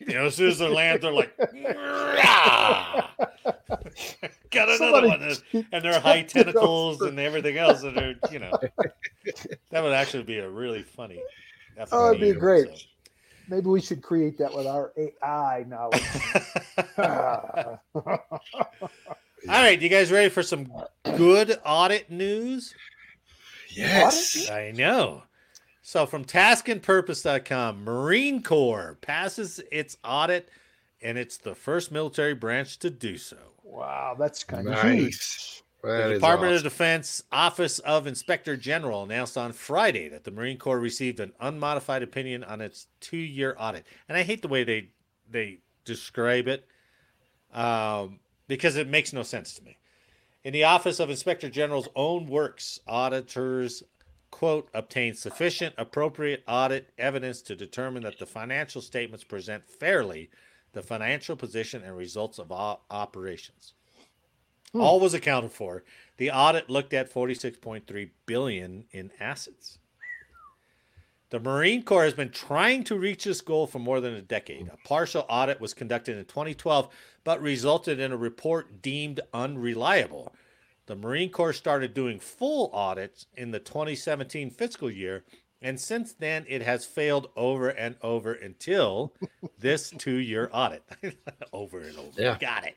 [SPEAKER 2] you know, as soon as they land, they're like, "Rah!" got another
[SPEAKER 3] Somebody-
[SPEAKER 2] one, and- and their high
[SPEAKER 3] tipped it over.
[SPEAKER 2] tentacles and everything else, and they're, you know, that would actually be a really funny.
[SPEAKER 3] Oh, it'd be
[SPEAKER 2] FYE,
[SPEAKER 3] great.
[SPEAKER 2] so.
[SPEAKER 3] Maybe we should create that with our AI knowledge. Ah.
[SPEAKER 2] All right, you guys ready for some good audit news?
[SPEAKER 4] Yes.
[SPEAKER 2] I know. So from taskandpurpose.com, Marine Corps passes its audit and it's the first military branch to do so.
[SPEAKER 3] wow, that's kind of
[SPEAKER 4] Nice. That
[SPEAKER 2] the
[SPEAKER 4] is
[SPEAKER 2] Department
[SPEAKER 4] awesome.
[SPEAKER 2] of Defense Office of Inspector General announced on Friday that the Marine Corps received an unmodified opinion on its two-year audit. And I hate the way they they describe it um, because it makes no sense to me. In the Office of Inspector General's own works, auditors quote obtained sufficient appropriate audit evidence to determine that the financial statements present fairly the financial position and results of all operations.
[SPEAKER 3] Hmm.
[SPEAKER 2] All was accounted for. The audit looked at 46.3 billion in assets. The Marine Corps has been trying to reach this goal for more than a decade. A partial audit was conducted in 2012 but resulted in a report deemed unreliable. The Marine Corps started doing full audits in the 2017 fiscal year, and since then it has failed over and over until this two year audit. over and over.
[SPEAKER 4] Yeah.
[SPEAKER 2] Got it.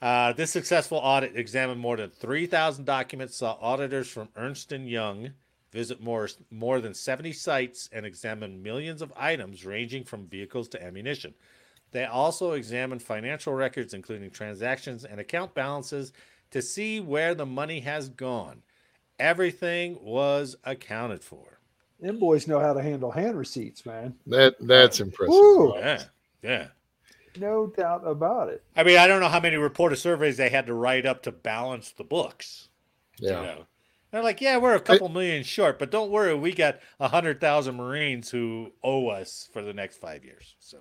[SPEAKER 2] Uh, this successful audit examined more than 3,000 documents, saw auditors from Ernst & Young, visit more, more than 70 sites, and examine millions of items ranging from vehicles to ammunition. They also examine financial records, including transactions and account balances, to see where the money has gone. Everything was accounted for.
[SPEAKER 3] Them boys know how to handle hand receipts, man.
[SPEAKER 4] That that's impressive.
[SPEAKER 3] Ooh.
[SPEAKER 2] Yeah, yeah.
[SPEAKER 3] No doubt about it.
[SPEAKER 2] I mean, I don't know how many reporter surveys they had to write up to balance the books. You
[SPEAKER 4] Yeah.
[SPEAKER 2] know? They're like, yeah, we're a couple million short, but don't worry, we got a hundred thousand Marines who owe us for the next five years. So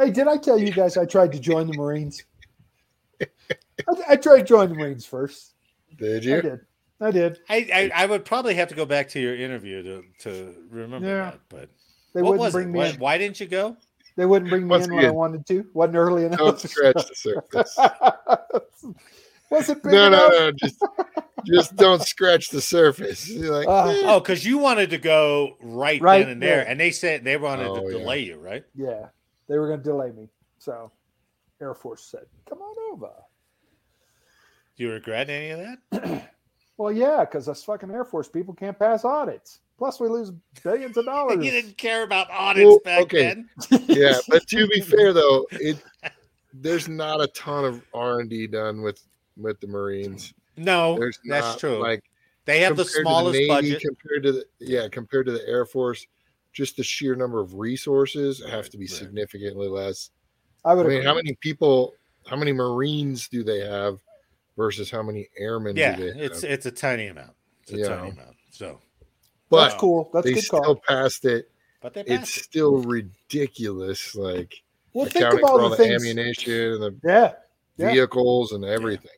[SPEAKER 3] Hey, did I tell you guys I tried to join the Marines? I, I tried to join the Marines first.
[SPEAKER 4] Did
[SPEAKER 3] I
[SPEAKER 4] you?
[SPEAKER 3] did. I did.
[SPEAKER 2] I, I, I would probably have to go back to your interview to to remember
[SPEAKER 3] Yeah.
[SPEAKER 2] that. But
[SPEAKER 3] They
[SPEAKER 2] what
[SPEAKER 3] wouldn't
[SPEAKER 2] was
[SPEAKER 3] bring
[SPEAKER 2] it?
[SPEAKER 3] me
[SPEAKER 2] Why,
[SPEAKER 3] in.
[SPEAKER 2] why didn't you go?
[SPEAKER 3] They wouldn't bring me
[SPEAKER 4] Once
[SPEAKER 3] in when I
[SPEAKER 4] again,
[SPEAKER 3] wanted to. Wasn't early
[SPEAKER 4] Don't
[SPEAKER 3] enough.
[SPEAKER 4] scratch the surface.
[SPEAKER 3] Was it big
[SPEAKER 4] No, no,
[SPEAKER 3] enough?
[SPEAKER 4] no. Just just don't scratch the surface. You're like,
[SPEAKER 3] Uh,
[SPEAKER 4] eh.
[SPEAKER 2] Oh, because you wanted to go right,
[SPEAKER 3] Right
[SPEAKER 2] then and there,
[SPEAKER 3] there.
[SPEAKER 2] and they said they wanted
[SPEAKER 4] Oh,
[SPEAKER 2] to
[SPEAKER 4] yeah.
[SPEAKER 2] delay you, right?
[SPEAKER 3] Yeah, they were going to delay me. So Air Force said, come on over.
[SPEAKER 2] Do you regret any of that?
[SPEAKER 3] Well, yeah, because us fucking Air Force people can't pass audits. Plus, we lose billions of dollars.
[SPEAKER 2] you didn't care about audits
[SPEAKER 4] Well,
[SPEAKER 2] back
[SPEAKER 4] okay.
[SPEAKER 2] then.
[SPEAKER 4] yeah, but to be fair though, it there's not a ton of R and D done with with the Marines.
[SPEAKER 2] No,
[SPEAKER 4] There's
[SPEAKER 2] Oh, that's
[SPEAKER 4] not,
[SPEAKER 2] true.
[SPEAKER 4] Like
[SPEAKER 2] they have the
[SPEAKER 4] compared to
[SPEAKER 2] smallest
[SPEAKER 4] Navy,
[SPEAKER 2] budget.
[SPEAKER 4] compared to the yeah compared to the Air Force. Just the sheer number of resources have
[SPEAKER 2] Right,
[SPEAKER 4] to be
[SPEAKER 2] right.
[SPEAKER 4] significantly less.
[SPEAKER 3] I
[SPEAKER 4] I
[SPEAKER 3] would
[SPEAKER 4] mean,
[SPEAKER 3] have.
[SPEAKER 4] how many people, how many Marines do they have versus how many airmen
[SPEAKER 2] Yeah,
[SPEAKER 4] do they
[SPEAKER 2] it's
[SPEAKER 4] have?
[SPEAKER 2] it's a tiny amount. It's a
[SPEAKER 4] Yeah.
[SPEAKER 2] tiny amount. So,
[SPEAKER 4] But
[SPEAKER 3] That's cool. That's a
[SPEAKER 4] they
[SPEAKER 3] good
[SPEAKER 4] still
[SPEAKER 3] call.
[SPEAKER 4] passed it.
[SPEAKER 2] but they
[SPEAKER 4] It's
[SPEAKER 2] passed it.
[SPEAKER 4] still ridiculous. Like
[SPEAKER 3] Well, think
[SPEAKER 4] accounting
[SPEAKER 3] of all
[SPEAKER 4] for all
[SPEAKER 3] the
[SPEAKER 4] the,
[SPEAKER 3] things.
[SPEAKER 4] ammunition and the
[SPEAKER 3] Yeah, Yeah.
[SPEAKER 4] vehicles and everything.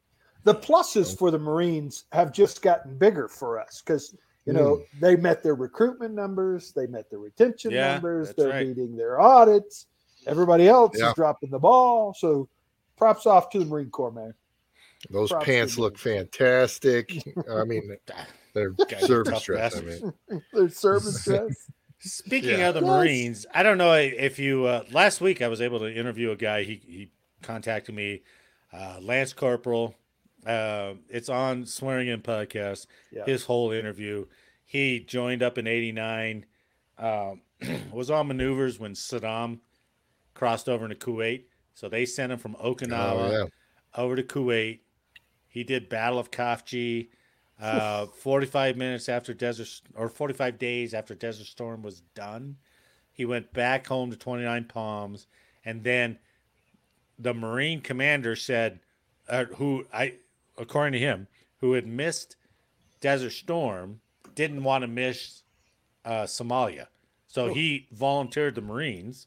[SPEAKER 3] the pluses for the Marines have just gotten bigger for us because you know
[SPEAKER 4] Hmm.
[SPEAKER 3] they met their recruitment numbers, they met their retention
[SPEAKER 2] Yeah,
[SPEAKER 3] numbers,
[SPEAKER 2] that's
[SPEAKER 3] they're
[SPEAKER 2] right.
[SPEAKER 3] beating their audits. Everybody else
[SPEAKER 4] Yeah.
[SPEAKER 3] is dropping the ball. So, props off to the Marine Corps, man.
[SPEAKER 4] Those
[SPEAKER 3] Props to
[SPEAKER 4] pants
[SPEAKER 3] the
[SPEAKER 4] look fantastic. I mean, they're
[SPEAKER 2] Guys are
[SPEAKER 4] service
[SPEAKER 2] tough
[SPEAKER 4] dress. I
[SPEAKER 2] bastards.
[SPEAKER 4] mean,
[SPEAKER 3] Their service dress.
[SPEAKER 2] Speaking
[SPEAKER 4] Yeah.
[SPEAKER 2] of the
[SPEAKER 3] Yes.
[SPEAKER 2] Marines, I don't know if you uh, last week I was able to interview a guy. He he contacted me, uh, Lance Corporal. Uh, it's on Swearing In podcast.
[SPEAKER 3] Yeah.
[SPEAKER 2] His whole interview. He joined up in '89. Um, was on maneuvers when Saddam crossed over into Kuwait. So they sent him from Okinawa
[SPEAKER 4] oh, yeah.
[SPEAKER 2] over to Kuwait. He did Battle of Kafji. Uh, 45 minutes after Desert or 45 days after Desert Storm was done, he went back home to 29 Palms, and then the Marine commander said, uh, who I, according to him, who had missed Desert Storm, didn't want to miss uh, Somalia, so he volunteered the Marines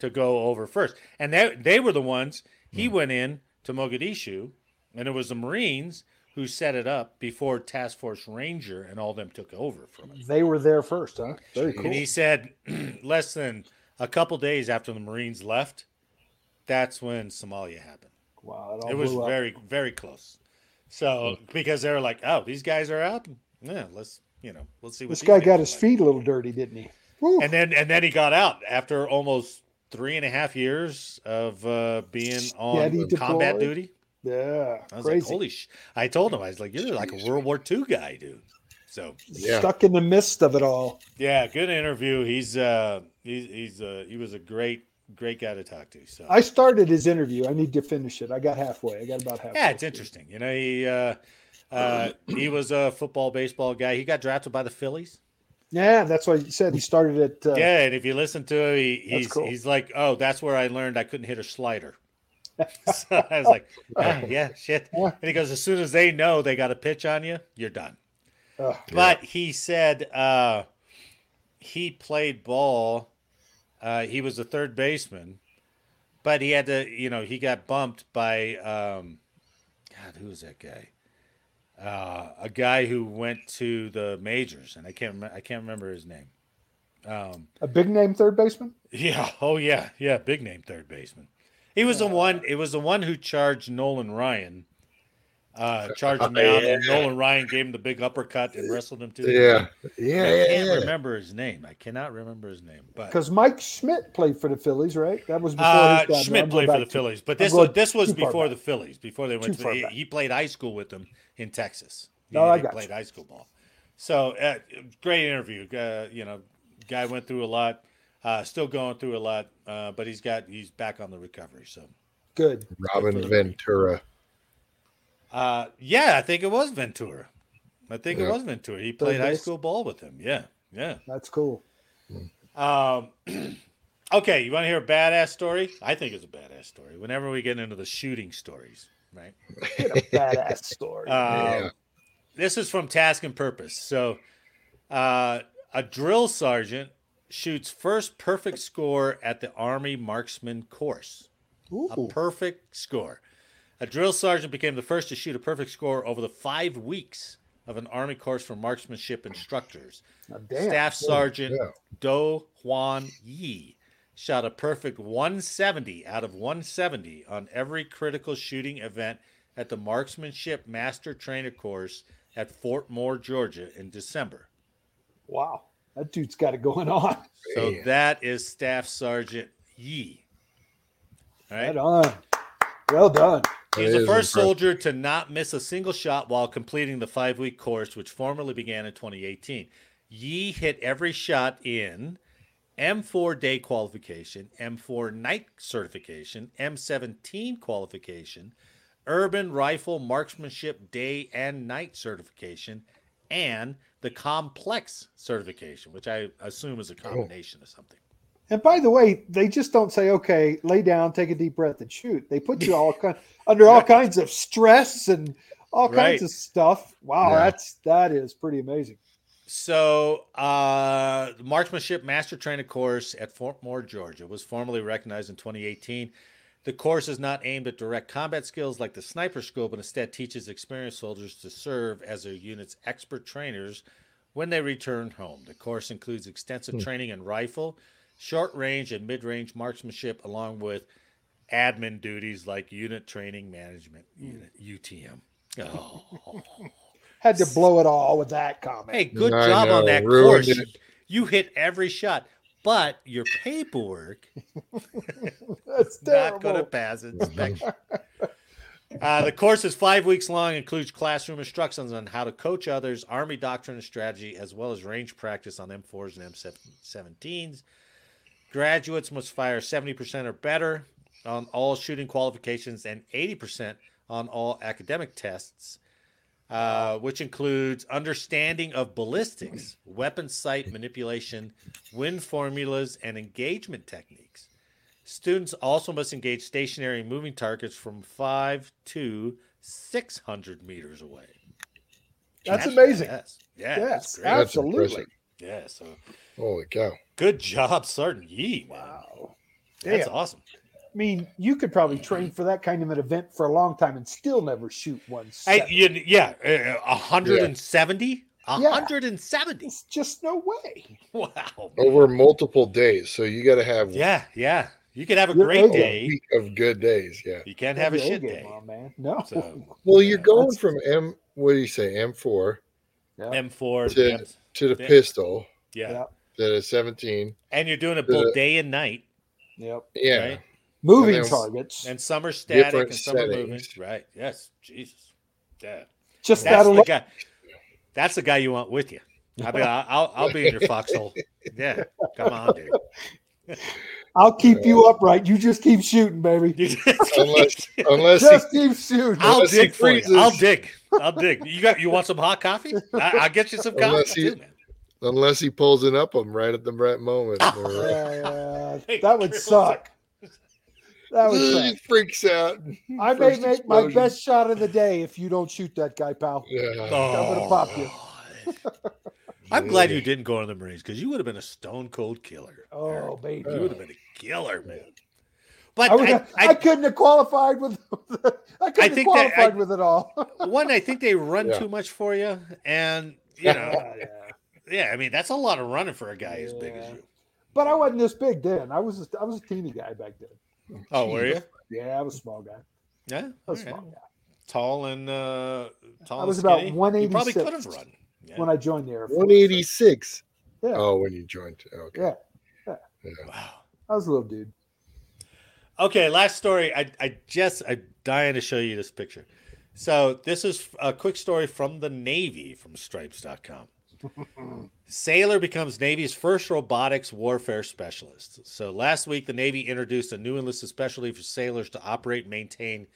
[SPEAKER 2] to go over first, and they they were the ones he went in to Mogadishu, and it was the Marines who set it up before Task Force Ranger and all them took over from it.
[SPEAKER 3] They were there first, huh? Very cool.
[SPEAKER 2] And he said, less than a couple days after the Marines left, that's when Somalia happened.
[SPEAKER 3] wow, it all
[SPEAKER 2] It was
[SPEAKER 3] blew up.
[SPEAKER 2] very, very close. So because they were like, oh, these guys are out. Yeah, let's you know, let's see what
[SPEAKER 3] This
[SPEAKER 2] these
[SPEAKER 3] guy
[SPEAKER 2] guys
[SPEAKER 3] got
[SPEAKER 2] are
[SPEAKER 3] his
[SPEAKER 2] like."
[SPEAKER 3] feet a little dirty, didn't he? Whew.
[SPEAKER 2] And then and then he got out after almost three and a half years of uh, being on
[SPEAKER 3] he
[SPEAKER 2] combat
[SPEAKER 3] deployed.
[SPEAKER 2] duty.
[SPEAKER 3] yeah,
[SPEAKER 2] I was
[SPEAKER 3] crazy.
[SPEAKER 2] like, holy sh! I told him I was like, you're like a World War II guy, dude. So
[SPEAKER 4] Yeah.
[SPEAKER 3] Stuck in the midst of it all.
[SPEAKER 2] yeah, good interview. He's uh, he's he's uh, he was a great great guy to talk to. So
[SPEAKER 3] I started his interview. I need to finish it. I got halfway. I got about halfway.
[SPEAKER 2] yeah, it's
[SPEAKER 3] through.
[SPEAKER 2] interesting. You know, he uh, uh, he was a football baseball guy. He got drafted by the Phillies.
[SPEAKER 3] Yeah, that's why you said he started at. Uh,
[SPEAKER 2] Yeah, and if you listen to him, he,
[SPEAKER 3] That's
[SPEAKER 2] he's
[SPEAKER 3] cool.
[SPEAKER 2] he's like, oh, that's where I learned I couldn't hit a slider. so I was like, "Ah, yeah, shit.
[SPEAKER 3] Yeah.
[SPEAKER 2] And he goes, as soon as they know they got a pitch on you, you're done.
[SPEAKER 3] uh,
[SPEAKER 2] But he said uh, he played ball. Uh, he was a third baseman, but he had to, you know, he got bumped by, um, God, who was that guy? Uh, a guy who went to the majors, and I can't, rem- I can't remember his name. Um,
[SPEAKER 3] a big name third baseman.
[SPEAKER 2] yeah. Oh yeah. Yeah. Big name third baseman. He was the one. It was the one who charged Nolan Ryan. Uh, charged him
[SPEAKER 4] Oh,
[SPEAKER 2] out,
[SPEAKER 4] yeah.
[SPEAKER 2] and Nolan Ryan gave him the big uppercut and wrestled him to the
[SPEAKER 4] Yeah.
[SPEAKER 2] I
[SPEAKER 4] Yeah.
[SPEAKER 2] can't
[SPEAKER 4] yeah, yeah.
[SPEAKER 2] remember his name. I cannot remember his name. But
[SPEAKER 3] Because Mike Schmidt played for the Phillies, right? That was before his
[SPEAKER 2] uh,
[SPEAKER 3] time.
[SPEAKER 2] Schmidt
[SPEAKER 3] I'm
[SPEAKER 2] played
[SPEAKER 3] going
[SPEAKER 2] for the
[SPEAKER 3] back to-
[SPEAKER 2] Phillies. But
[SPEAKER 3] I'm
[SPEAKER 2] this
[SPEAKER 3] going
[SPEAKER 2] this was
[SPEAKER 3] too far
[SPEAKER 2] before
[SPEAKER 3] back.
[SPEAKER 2] the Phillies. Before they went
[SPEAKER 3] Too
[SPEAKER 2] to
[SPEAKER 3] far
[SPEAKER 2] the,
[SPEAKER 3] back.
[SPEAKER 2] he played high school with them in Texas. He,
[SPEAKER 3] Oh, I
[SPEAKER 2] they
[SPEAKER 3] got
[SPEAKER 2] played
[SPEAKER 3] you.
[SPEAKER 2] high school ball. So uh, great interview. Uh, you know, guy went through a lot, uh, still going through a lot, uh, but he's got he's back on the recovery. So
[SPEAKER 3] Good.
[SPEAKER 4] Robin Ventura.
[SPEAKER 2] uh, yeah, I think it was Ventura. I think it
[SPEAKER 4] Yeah.
[SPEAKER 2] was Ventura. He played high
[SPEAKER 3] base?
[SPEAKER 2] school ball with him. Yeah, yeah.
[SPEAKER 3] That's cool.
[SPEAKER 2] Um, okay, you want to hear a badass story? I think it's a badass story. Whenever we get into the shooting stories, right?
[SPEAKER 3] Get a badass story.
[SPEAKER 2] Um,
[SPEAKER 4] Yeah.
[SPEAKER 2] This is from Task and Purpose. So, uh, a drill sergeant shoots first perfect score at the Army marksman course. A
[SPEAKER 3] Ooh.
[SPEAKER 2] perfect score. A drill sergeant became the first to shoot a perfect score over the five weeks of an Army course for marksmanship instructors.
[SPEAKER 3] Now, damn.
[SPEAKER 2] Staff Sergeant
[SPEAKER 4] yeah.
[SPEAKER 2] Do Hwan Yi shot a perfect 170 out of 170 on every critical shooting event at the Marksmanship Master Trainer course at Fort Moore, Georgia in December.
[SPEAKER 3] Wow. That dude's got it going on.
[SPEAKER 2] So
[SPEAKER 4] Man.
[SPEAKER 2] that is Staff Sergeant Yi. All right.
[SPEAKER 3] Right on. Well done.
[SPEAKER 4] That
[SPEAKER 2] He's the first
[SPEAKER 4] is impressive.
[SPEAKER 2] soldier to not miss a single shot while completing the five week course, which formally began in 2018. Yi hit every shot in M4 day qualification, M4 night certification, M17 qualification, urban rifle marksmanship day and night certification, and the complex certification, which I assume is a
[SPEAKER 4] Oh.
[SPEAKER 2] combination of something.
[SPEAKER 3] And by the way, they just don't say, "Okay, lay down, take a deep breath, and shoot." They put you all kind, under all kinds of stress and all
[SPEAKER 2] Right.
[SPEAKER 3] kinds of stuff. Wow,
[SPEAKER 4] Yeah.
[SPEAKER 3] that's that is pretty amazing.
[SPEAKER 2] So, uh, the marksmanship master trainer course at Fort Moore, Georgia, was formally recognized in 2018. The course is not aimed at direct combat skills like the sniper school, but instead teaches experienced soldiers to serve as their unit's expert trainers when they return home. The course includes extensive training in rifle, short range, and mid range marksmanship, along with admin duties like unit training management, unit UTM. Oh.
[SPEAKER 3] Had to blow it all with that comment.
[SPEAKER 2] Hey, good
[SPEAKER 4] I
[SPEAKER 2] job on
[SPEAKER 4] know,
[SPEAKER 2] that
[SPEAKER 4] ruined
[SPEAKER 2] course.
[SPEAKER 4] it.
[SPEAKER 2] You hit every shot, but your paperwork
[SPEAKER 3] that's
[SPEAKER 2] not
[SPEAKER 3] terrible.
[SPEAKER 2] going to pass inspection. Uh, the course is five weeks long, includes classroom instructions on how to coach others, army doctrine and strategy, as well as range practice on M4s and M17s. Graduates must fire 70% or better on all shooting qualifications and 80% on all academic tests, uh, which includes understanding of ballistics, weapon sight manipulation, wind formulas, and engagement techniques. Students also must engage stationary and moving targets from five to six hundred meters away.
[SPEAKER 3] That's amazing.
[SPEAKER 2] Yes, yeah, that's
[SPEAKER 3] yes,
[SPEAKER 2] great.
[SPEAKER 4] ab-
[SPEAKER 3] absolutely.
[SPEAKER 4] impressive.
[SPEAKER 2] yeah. So
[SPEAKER 4] Holy cow.
[SPEAKER 2] good job, Sergeant Yee. Wow,
[SPEAKER 3] Wow.
[SPEAKER 2] that's
[SPEAKER 3] Damn.
[SPEAKER 2] awesome.
[SPEAKER 3] I mean, you could probably train for that kind of an event for a long time and still never shoot one.
[SPEAKER 2] I,
[SPEAKER 3] set.
[SPEAKER 2] you, yeah, uh, a hundred
[SPEAKER 4] Yeah.
[SPEAKER 2] and seventy. A
[SPEAKER 3] Yeah.
[SPEAKER 2] hundred and seventy.
[SPEAKER 3] It's just no way.
[SPEAKER 2] Wow. man.
[SPEAKER 4] Over multiple days. So you got to have
[SPEAKER 2] Yeah, yeah. You can have a
[SPEAKER 3] You're
[SPEAKER 2] great
[SPEAKER 3] over.
[SPEAKER 4] a
[SPEAKER 2] day.
[SPEAKER 4] week of good days. Yeah.
[SPEAKER 2] You can't have a
[SPEAKER 3] Your A
[SPEAKER 2] shit
[SPEAKER 3] game
[SPEAKER 2] day.
[SPEAKER 3] on, man. No.
[SPEAKER 2] So
[SPEAKER 4] Well, you're
[SPEAKER 2] Yeah,
[SPEAKER 4] going
[SPEAKER 3] that's-
[SPEAKER 4] from M, what do you say, M4
[SPEAKER 3] Yeah.
[SPEAKER 2] M4
[SPEAKER 4] To-
[SPEAKER 2] M-
[SPEAKER 4] to the
[SPEAKER 2] Yeah.
[SPEAKER 4] pistol
[SPEAKER 2] yeah.
[SPEAKER 3] Yeah.
[SPEAKER 4] that is 17.
[SPEAKER 2] and you're doing it both
[SPEAKER 4] Uh,
[SPEAKER 2] day and night,
[SPEAKER 3] Yep.
[SPEAKER 4] Yeah.
[SPEAKER 2] right?
[SPEAKER 3] Moving
[SPEAKER 4] And then-
[SPEAKER 3] targets.
[SPEAKER 2] And some are static
[SPEAKER 4] Different
[SPEAKER 2] and some are moving.
[SPEAKER 4] settings.
[SPEAKER 2] Right. Yes. Jesus. Yeah.
[SPEAKER 3] just that
[SPEAKER 2] That's the
[SPEAKER 3] alone.
[SPEAKER 2] guy. That's the guy you want with you. I mean, I- I'll I'll be in your foxhole. Yeah. Come on, dude.
[SPEAKER 3] I'll keep you upright. You just keep shooting, baby.
[SPEAKER 2] You just-
[SPEAKER 4] Unless- Unless you
[SPEAKER 3] Just keep shooting.
[SPEAKER 2] I'll
[SPEAKER 4] unless he
[SPEAKER 2] dig for you. I'll
[SPEAKER 4] freezes.
[SPEAKER 2] dig. I'll dig. You got you want some hot coffee? I, I'll get you some
[SPEAKER 4] Unless
[SPEAKER 2] coffee
[SPEAKER 4] he-
[SPEAKER 2] too, man.
[SPEAKER 4] unless he pulls it up on right at the right moment. They're
[SPEAKER 3] Uh,
[SPEAKER 2] Hey,
[SPEAKER 3] that would
[SPEAKER 2] Chris.
[SPEAKER 3] suck. That would
[SPEAKER 4] like,
[SPEAKER 3] suck.
[SPEAKER 4] he freaks out.
[SPEAKER 3] I may make
[SPEAKER 4] First
[SPEAKER 3] my
[SPEAKER 4] explosion.
[SPEAKER 3] best shot of the day if you don't shoot that guy, pal.
[SPEAKER 4] Yeah.
[SPEAKER 2] Oh,
[SPEAKER 3] gonna pop you.
[SPEAKER 2] God. I'm glad you didn't go in the Marines because you would have been a stone cold killer.
[SPEAKER 3] Oh,
[SPEAKER 2] Eric.
[SPEAKER 3] baby.
[SPEAKER 2] you would have been a killer, man. But
[SPEAKER 3] I, would,
[SPEAKER 2] I,
[SPEAKER 3] I,
[SPEAKER 2] I,
[SPEAKER 3] couldn't have qualified with. I couldn't have
[SPEAKER 2] think that I- Ah,
[SPEAKER 3] qualified with it all.
[SPEAKER 2] one, I think they run
[SPEAKER 4] Yeah.
[SPEAKER 2] too much for you, and you know,
[SPEAKER 3] Yeah, yeah.
[SPEAKER 2] yeah, I mean that's a lot of running for a guy as big as
[SPEAKER 3] Yeah.
[SPEAKER 2] you.
[SPEAKER 3] But I wasn't this big then. I was a, I was a teeny guy back then.
[SPEAKER 2] Oh, were you?
[SPEAKER 3] Yeah, I was a small guy.
[SPEAKER 2] Yeah,
[SPEAKER 3] I was a
[SPEAKER 2] all right.
[SPEAKER 3] small guy
[SPEAKER 2] tall and uh, tall.
[SPEAKER 3] I
[SPEAKER 2] and
[SPEAKER 3] was about
[SPEAKER 2] skinny. You
[SPEAKER 3] 186.
[SPEAKER 2] probably could have run. Yeah.
[SPEAKER 3] when I joined the Air Force.
[SPEAKER 4] 186.
[SPEAKER 3] Yeah.
[SPEAKER 4] Oh, when you joined. Okay.
[SPEAKER 3] Yeah.
[SPEAKER 2] Wow.
[SPEAKER 3] I was a little dude.
[SPEAKER 2] Okay, last story. I, I just I'm dying to show you this picture. So this is a quick story from the Navy from Stripes.com. Sailor becomes Navy's first robotics warfare specialist. So last week, the Navy introduced a new enlisted specialty for sailors to operate and maintain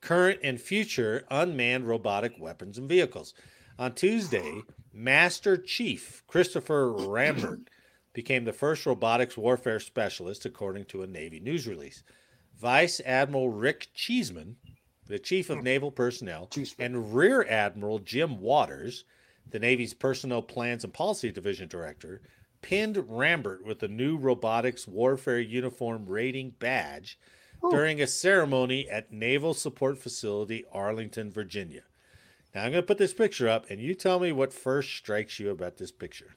[SPEAKER 2] current and future unmanned robotic weapons and vehicles. On Tuesday, Master Chief Christopher Rambert became the first robotics warfare specialist, according to a Navy news release. Vice Admiral Rick Cheeseman, the Chief of Naval Personnel,
[SPEAKER 3] Cheeseman.
[SPEAKER 2] and Rear Admiral Jim Waters, the Navy's Personnel Plans and Policy Division Director, pinned Rambert with the new robotics warfare uniform rating badge
[SPEAKER 3] Oh.
[SPEAKER 2] during a ceremony at Naval Support Facility, Arlington, Virginia. Now I'm going to put this picture up, and you tell me what first strikes you about this picture.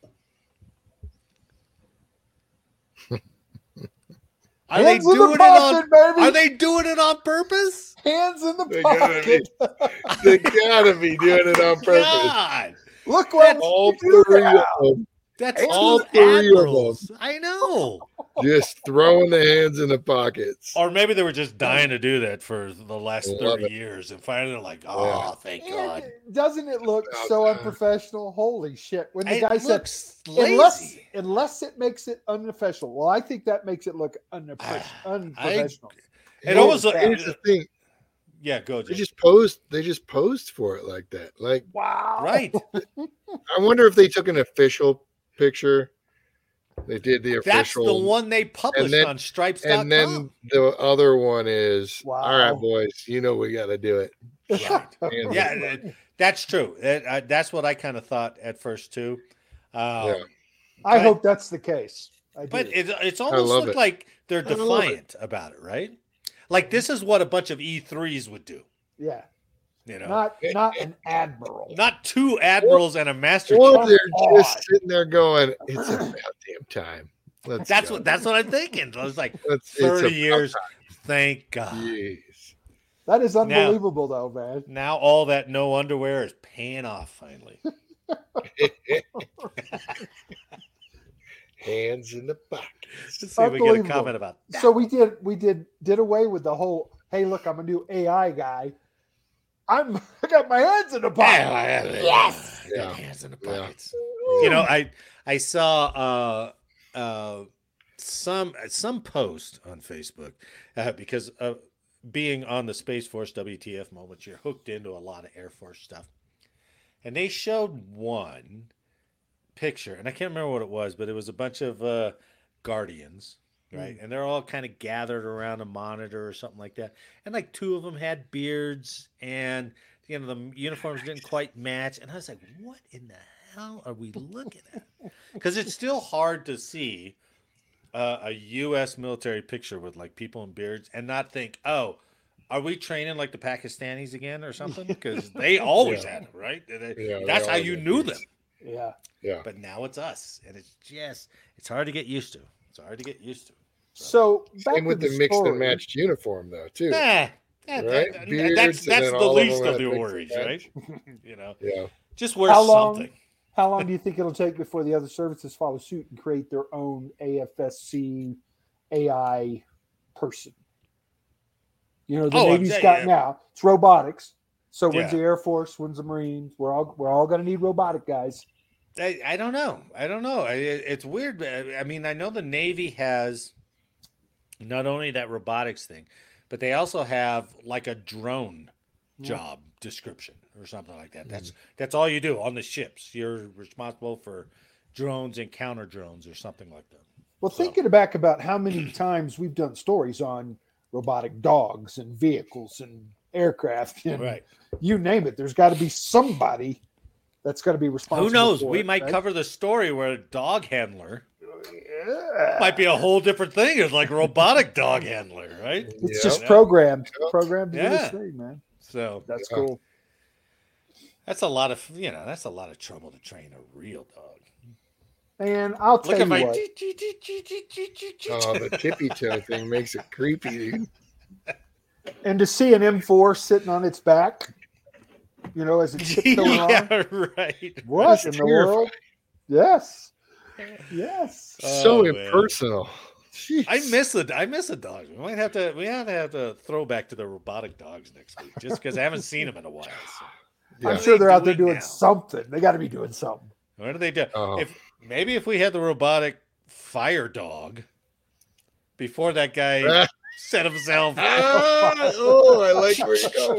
[SPEAKER 2] Are they
[SPEAKER 3] Hands in the
[SPEAKER 2] doing it
[SPEAKER 3] pocket,
[SPEAKER 2] on?
[SPEAKER 3] baby.
[SPEAKER 2] Are they doing it on purpose?
[SPEAKER 3] Hands in the
[SPEAKER 4] They gotta be,
[SPEAKER 3] pocket.
[SPEAKER 4] they gotta be doing it on purpose.
[SPEAKER 2] God,
[SPEAKER 3] Look what
[SPEAKER 4] All
[SPEAKER 3] we do
[SPEAKER 4] three of
[SPEAKER 3] now.
[SPEAKER 4] them
[SPEAKER 2] that's
[SPEAKER 3] Hands
[SPEAKER 2] all
[SPEAKER 4] in the three of
[SPEAKER 2] admirals. I know.
[SPEAKER 4] just throwing the hands in the pockets.
[SPEAKER 2] Or maybe they were just dying to do that for the last
[SPEAKER 4] Love
[SPEAKER 2] thirty years, and finally they're like, "Oh,
[SPEAKER 4] Yeah.
[SPEAKER 2] thank
[SPEAKER 3] And
[SPEAKER 2] God." Oh,
[SPEAKER 3] doesn't it look so unprofessional? Holy shit! When the
[SPEAKER 2] It
[SPEAKER 3] guy said,
[SPEAKER 2] looks
[SPEAKER 3] "Unless,
[SPEAKER 2] lazy.
[SPEAKER 3] unless it makes it unprofessional," well, I think that makes it look unprofessional.
[SPEAKER 2] Ah, I-
[SPEAKER 3] unprofessional.
[SPEAKER 2] It almost look-
[SPEAKER 4] here's the thing.
[SPEAKER 2] yeah, go.
[SPEAKER 4] They
[SPEAKER 2] Jim.
[SPEAKER 4] just posed. They just posed for it like that. Like
[SPEAKER 3] wow!
[SPEAKER 2] right.
[SPEAKER 4] I wonder if they took an official picture. They did the
[SPEAKER 2] That's
[SPEAKER 4] official,
[SPEAKER 2] the one they published
[SPEAKER 4] then-
[SPEAKER 2] on Stripes.com.
[SPEAKER 4] and then the other one is all
[SPEAKER 3] Wow.
[SPEAKER 4] right, boys. You know we got to do it.
[SPEAKER 2] Right.
[SPEAKER 4] And-
[SPEAKER 2] yeah, that- that's true. That- I- that's what I kind of thought at first too. Um,
[SPEAKER 4] Yeah.
[SPEAKER 3] I
[SPEAKER 2] But-
[SPEAKER 3] hope that's the case. I
[SPEAKER 2] But
[SPEAKER 3] do.
[SPEAKER 2] it, it's almost
[SPEAKER 4] love
[SPEAKER 2] looked
[SPEAKER 4] it.
[SPEAKER 2] like they're
[SPEAKER 4] I love it.
[SPEAKER 2] defiant about it, right? Like this is what a bunch of E3s would do.
[SPEAKER 3] yeah,
[SPEAKER 2] You know, not,
[SPEAKER 3] not not an admiral.
[SPEAKER 2] two admirals and a master. chief.
[SPEAKER 4] Or they're
[SPEAKER 3] on.
[SPEAKER 4] just sitting there going, "It's about damn time." Let's
[SPEAKER 2] That's
[SPEAKER 4] go.
[SPEAKER 2] what that's what I'm thinking. I was like,
[SPEAKER 4] Let's- it's
[SPEAKER 2] thirty
[SPEAKER 4] about
[SPEAKER 2] years. Thank God.
[SPEAKER 4] Jeez.
[SPEAKER 3] that is unbelievable, though, man.
[SPEAKER 2] Now all that no underwear is paying off finally.
[SPEAKER 4] Hands in the pocket.
[SPEAKER 2] Let's see if we get a
[SPEAKER 3] Unbelievable.
[SPEAKER 2] comment about that.
[SPEAKER 3] So we did we did did away with the whole. Hey, look, I'm a new AI guy. I'm I got my hands in the pocket.
[SPEAKER 2] Yes.
[SPEAKER 4] Yeah.
[SPEAKER 2] Hands in the
[SPEAKER 4] Yeah.
[SPEAKER 2] pockets. You know, I I saw uh uh some some post on Facebook uh, because of being on the Space Force WTF moments, you're hooked into a lot of Air Force stuff. And they showed one picture, and I can't remember what it was, but it was a bunch of uh guardians, right? And they're all kind of gathered around a monitor or something like that. And like two of them had beards and you know the uniforms didn't quite match and i was like what in the hell are we looking at because it's still hard to see uh, a u.s military picture with like people in beards and not think oh are we training like the pakistanis again or something because they always
[SPEAKER 4] Yeah.
[SPEAKER 2] had them right And they-
[SPEAKER 4] Yeah, they
[SPEAKER 2] that's how
[SPEAKER 4] always
[SPEAKER 2] you
[SPEAKER 4] had
[SPEAKER 2] knew
[SPEAKER 4] beards.
[SPEAKER 2] them
[SPEAKER 3] Yeah.
[SPEAKER 4] Yeah.
[SPEAKER 2] but now it's us and it's just it's hard to get used to it's hard to get used to
[SPEAKER 3] So back
[SPEAKER 4] Same
[SPEAKER 3] to
[SPEAKER 4] with the,
[SPEAKER 3] the
[SPEAKER 4] mixed
[SPEAKER 3] story.
[SPEAKER 4] and matched uniform though, too.
[SPEAKER 2] nah, nah, that-
[SPEAKER 4] Right?
[SPEAKER 2] that-
[SPEAKER 4] Beards
[SPEAKER 2] that's
[SPEAKER 4] and
[SPEAKER 2] that's
[SPEAKER 4] then
[SPEAKER 2] the
[SPEAKER 4] all of them
[SPEAKER 2] least of
[SPEAKER 4] had
[SPEAKER 2] the
[SPEAKER 4] mixed and
[SPEAKER 2] worries right
[SPEAKER 4] matched.
[SPEAKER 2] you know
[SPEAKER 4] Yeah.
[SPEAKER 2] just wear
[SPEAKER 3] How long-
[SPEAKER 2] something
[SPEAKER 3] How long do you think it'll take before the other services follow suit and create their own AFSC AI person? You know, the
[SPEAKER 2] Oh, I'd
[SPEAKER 3] Navy's
[SPEAKER 2] say,
[SPEAKER 3] got
[SPEAKER 2] yeah.
[SPEAKER 3] now it's robotics. So when's
[SPEAKER 2] Yeah.
[SPEAKER 3] the Air Force? When's the Marines? We're all we're all going to need robotic guys.
[SPEAKER 2] I, I don't know. I don't know. I, it- it's weird. but I, I mean, I know the Navy has not only that robotics thing, but they also have like a drone
[SPEAKER 3] Yeah.
[SPEAKER 2] job description or something like that.
[SPEAKER 3] Hmm.
[SPEAKER 2] That's that's all you do on the ships. You're responsible for drones and counter drones or something like that.
[SPEAKER 3] Well,
[SPEAKER 2] So-
[SPEAKER 3] thinking back about how many times we've done stories on robotic dogs and vehicles and aircraft and
[SPEAKER 2] Right.
[SPEAKER 3] you name it, there's got to be somebody that's got to be responsible.
[SPEAKER 2] Who knows?
[SPEAKER 3] for
[SPEAKER 2] We
[SPEAKER 3] it,
[SPEAKER 2] might
[SPEAKER 3] right?
[SPEAKER 2] cover the story where a dog handler
[SPEAKER 3] Yeah.
[SPEAKER 2] might be a whole different thing. It's like robotic dog handler, right?
[SPEAKER 3] It's
[SPEAKER 4] Yep.
[SPEAKER 3] just programmed,
[SPEAKER 4] Yep.
[SPEAKER 3] programmed to do this
[SPEAKER 2] Yeah.
[SPEAKER 3] thing, man.
[SPEAKER 2] So
[SPEAKER 3] That's
[SPEAKER 4] Yeah.
[SPEAKER 3] cool.
[SPEAKER 2] that's a lot of you know, that's a lot of trouble to train a real dog.
[SPEAKER 3] And I'll tell
[SPEAKER 2] Look at
[SPEAKER 3] you
[SPEAKER 2] my.
[SPEAKER 3] what,
[SPEAKER 4] Oh, the tippy toe thing makes it creepy, dude.
[SPEAKER 3] and to see an M4 sitting on its back, you know, as it's tiptoeing on,
[SPEAKER 2] yeah, right.
[SPEAKER 3] what
[SPEAKER 4] That's
[SPEAKER 3] in the
[SPEAKER 4] terrifying.
[SPEAKER 3] world? Yes, yes.
[SPEAKER 4] so
[SPEAKER 2] Oh, man.
[SPEAKER 4] impersonal. Jeez.
[SPEAKER 2] I miss the I miss the dogs. We might have to we have to have to throw back to the robotic dogs next week, just because I haven't seen them in a while. so.
[SPEAKER 4] Yeah.
[SPEAKER 3] I'm sure they're out there
[SPEAKER 2] Doing
[SPEAKER 3] doing
[SPEAKER 2] now.
[SPEAKER 3] something. They got to be doing something.
[SPEAKER 2] What do they do?
[SPEAKER 4] Oh.
[SPEAKER 2] If maybe if we had the robotic fire dog before that guy set himself
[SPEAKER 4] Ah, oh, I like where you're going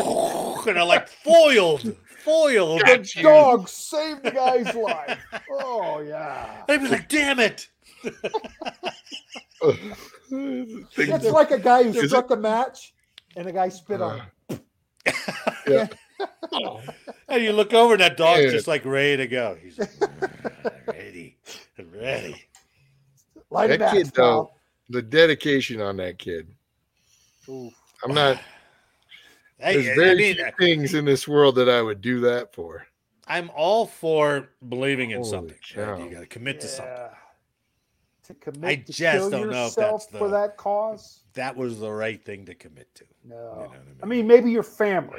[SPEAKER 4] with it.
[SPEAKER 2] and I like foiled, foiled.
[SPEAKER 4] Got you.
[SPEAKER 3] Dog saved the guy's life. Oh yeah.
[SPEAKER 2] I'd be like, damn it.
[SPEAKER 3] It's
[SPEAKER 4] Things-
[SPEAKER 3] like a guy who
[SPEAKER 4] Is Uh,
[SPEAKER 3] struck a match and a guy spit on him.
[SPEAKER 4] yeah. Oh,
[SPEAKER 2] And you look over and that dog's
[SPEAKER 4] Yeah.
[SPEAKER 2] just like ready to go. He's like, "Mm, ready, ready.
[SPEAKER 3] Light a match,
[SPEAKER 4] that kid,
[SPEAKER 3] pal.
[SPEAKER 4] the dedication on that kid.
[SPEAKER 3] Ooh.
[SPEAKER 4] I'm not. There's
[SPEAKER 2] Hey, I, I
[SPEAKER 4] very
[SPEAKER 2] mean, uh,
[SPEAKER 4] few things in this world that I would do that for.
[SPEAKER 2] I'm all for believing in
[SPEAKER 4] Holy
[SPEAKER 2] something. right?
[SPEAKER 4] cow.
[SPEAKER 2] You got to commit to something.
[SPEAKER 3] Yeah. To commit
[SPEAKER 2] I
[SPEAKER 3] to
[SPEAKER 2] just
[SPEAKER 3] kill
[SPEAKER 2] don't know if
[SPEAKER 3] yourself
[SPEAKER 2] that's the-
[SPEAKER 3] for that cause.
[SPEAKER 2] That was the right thing to commit to.
[SPEAKER 3] No.
[SPEAKER 2] You know what I mean?
[SPEAKER 3] I mean, maybe your family,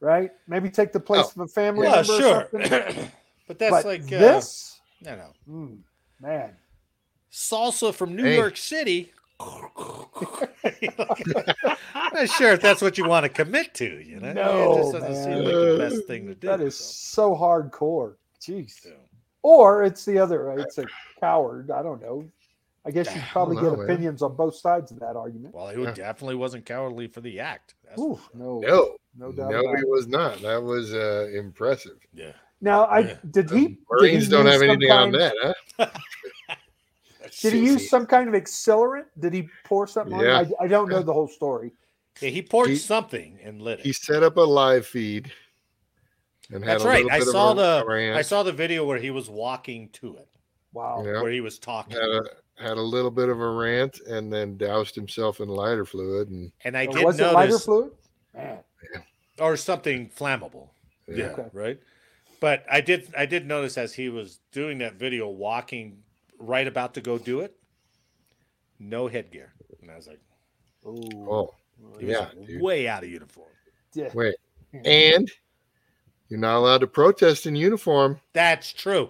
[SPEAKER 3] right? Maybe take the place
[SPEAKER 4] Oh.
[SPEAKER 3] of a family
[SPEAKER 2] well,
[SPEAKER 3] member. or
[SPEAKER 2] sure,
[SPEAKER 3] something.
[SPEAKER 2] but that's
[SPEAKER 3] but
[SPEAKER 2] like uh,
[SPEAKER 3] this,
[SPEAKER 2] No, no,
[SPEAKER 3] Mm, man.
[SPEAKER 2] salsa from New
[SPEAKER 4] Hey.
[SPEAKER 2] York City. not sure if that's what you want to commit to. You know, it just
[SPEAKER 3] No,
[SPEAKER 2] doesn't
[SPEAKER 3] man.
[SPEAKER 2] seem like the best thing to do.
[SPEAKER 3] That is
[SPEAKER 2] so,
[SPEAKER 3] so hardcore. Jeez.
[SPEAKER 2] so.
[SPEAKER 3] Or it's the other. It's a coward. I don't know. I guess you probably
[SPEAKER 4] don't
[SPEAKER 3] get
[SPEAKER 4] know, man.
[SPEAKER 3] opinions on both sides of that argument.
[SPEAKER 2] Well, he definitely wasn't cowardly for the act. That's,
[SPEAKER 3] Ooh, no,
[SPEAKER 4] No,
[SPEAKER 3] no
[SPEAKER 4] no,
[SPEAKER 3] doubt.
[SPEAKER 4] no,
[SPEAKER 3] about it.
[SPEAKER 4] it was not. That was uh, impressive.
[SPEAKER 2] yeah,
[SPEAKER 3] Now, I
[SPEAKER 2] Yeah.
[SPEAKER 3] did he. did
[SPEAKER 4] The
[SPEAKER 3] he
[SPEAKER 4] Marines don't
[SPEAKER 3] use
[SPEAKER 4] have
[SPEAKER 3] some
[SPEAKER 4] anything on
[SPEAKER 3] kind-
[SPEAKER 4] that, huh?
[SPEAKER 3] Did he use some kind of accelerant? Did he pour something?
[SPEAKER 4] Yeah.
[SPEAKER 3] on it? I, I don't know the whole story.
[SPEAKER 2] Yeah, he poured
[SPEAKER 4] He-
[SPEAKER 2] something and lit it.
[SPEAKER 4] He set up a live feed and had
[SPEAKER 2] That's
[SPEAKER 4] a
[SPEAKER 2] right.
[SPEAKER 4] little
[SPEAKER 2] I
[SPEAKER 4] bit
[SPEAKER 2] saw
[SPEAKER 4] of a
[SPEAKER 2] the-
[SPEAKER 4] rant.
[SPEAKER 2] I saw the video where he was walking to it,
[SPEAKER 3] Wow.
[SPEAKER 4] Yeah.
[SPEAKER 2] where he was talking,
[SPEAKER 4] had a had a little bit of a rant and then doused himself in lighter fluid and
[SPEAKER 2] and I
[SPEAKER 3] Or
[SPEAKER 2] did
[SPEAKER 3] was it lighter
[SPEAKER 2] notice,
[SPEAKER 3] fluid? Man.
[SPEAKER 2] or something flammable.
[SPEAKER 4] yeah.
[SPEAKER 2] Yeah,
[SPEAKER 3] Okay.
[SPEAKER 2] right. But I did I did notice as he was doing that video, walking right about to go do it, no headgear, and I was like,
[SPEAKER 3] Ooh.
[SPEAKER 4] Oh,
[SPEAKER 2] he was
[SPEAKER 4] Yeah, dude.
[SPEAKER 2] way out of uniform.
[SPEAKER 3] Yeah.
[SPEAKER 4] wait. And you're not allowed to protest in uniform.
[SPEAKER 2] That's true.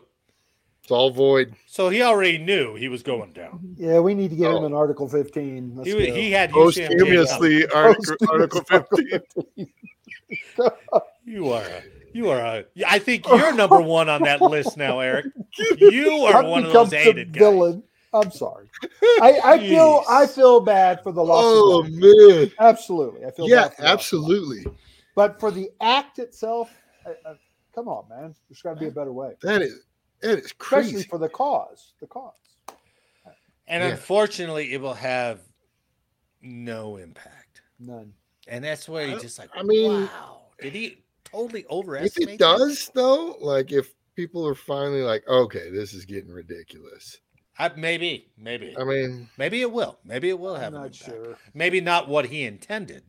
[SPEAKER 4] It's all void.
[SPEAKER 2] So he already knew he was going down.
[SPEAKER 3] Yeah, we need to get him
[SPEAKER 4] Oh.
[SPEAKER 3] an Article 15. Let's
[SPEAKER 2] He,
[SPEAKER 3] go.
[SPEAKER 2] wa- he had UCMJ.
[SPEAKER 4] Posthumously, Article, Article 15.
[SPEAKER 2] You are a, you are a. I think you're number one on that list now, Eric. You are
[SPEAKER 3] I've
[SPEAKER 2] one of
[SPEAKER 3] become
[SPEAKER 2] those
[SPEAKER 3] the
[SPEAKER 2] hated guys.
[SPEAKER 3] villain. I'm sorry. I, I feel
[SPEAKER 2] Jeez.
[SPEAKER 3] I feel bad for the loss.
[SPEAKER 4] Oh,
[SPEAKER 3] of life.
[SPEAKER 4] man.
[SPEAKER 3] Absolutely, I feel
[SPEAKER 4] Yeah,
[SPEAKER 3] bad for the loss of life.
[SPEAKER 4] absolutely.
[SPEAKER 3] But for the act itself, I, I, come on, man. There's got to be a better way,
[SPEAKER 4] That is that is
[SPEAKER 3] especially
[SPEAKER 4] crazy.
[SPEAKER 3] for the cause. The cause.
[SPEAKER 2] And
[SPEAKER 4] Yeah.
[SPEAKER 2] unfortunately, it will have no impact.
[SPEAKER 3] None.
[SPEAKER 2] And that's where
[SPEAKER 4] I-
[SPEAKER 2] you're just like,
[SPEAKER 4] I mean-
[SPEAKER 2] wow, did he totally
[SPEAKER 4] If
[SPEAKER 2] overestimate? that?
[SPEAKER 4] it does, though, like if people are finally like, okay, this is getting ridiculous.
[SPEAKER 2] I, maybe, maybe,
[SPEAKER 4] I mean,
[SPEAKER 2] maybe it will. Maybe it will have an
[SPEAKER 3] I'm not
[SPEAKER 2] impact.
[SPEAKER 3] sure.
[SPEAKER 2] Maybe not what he intended,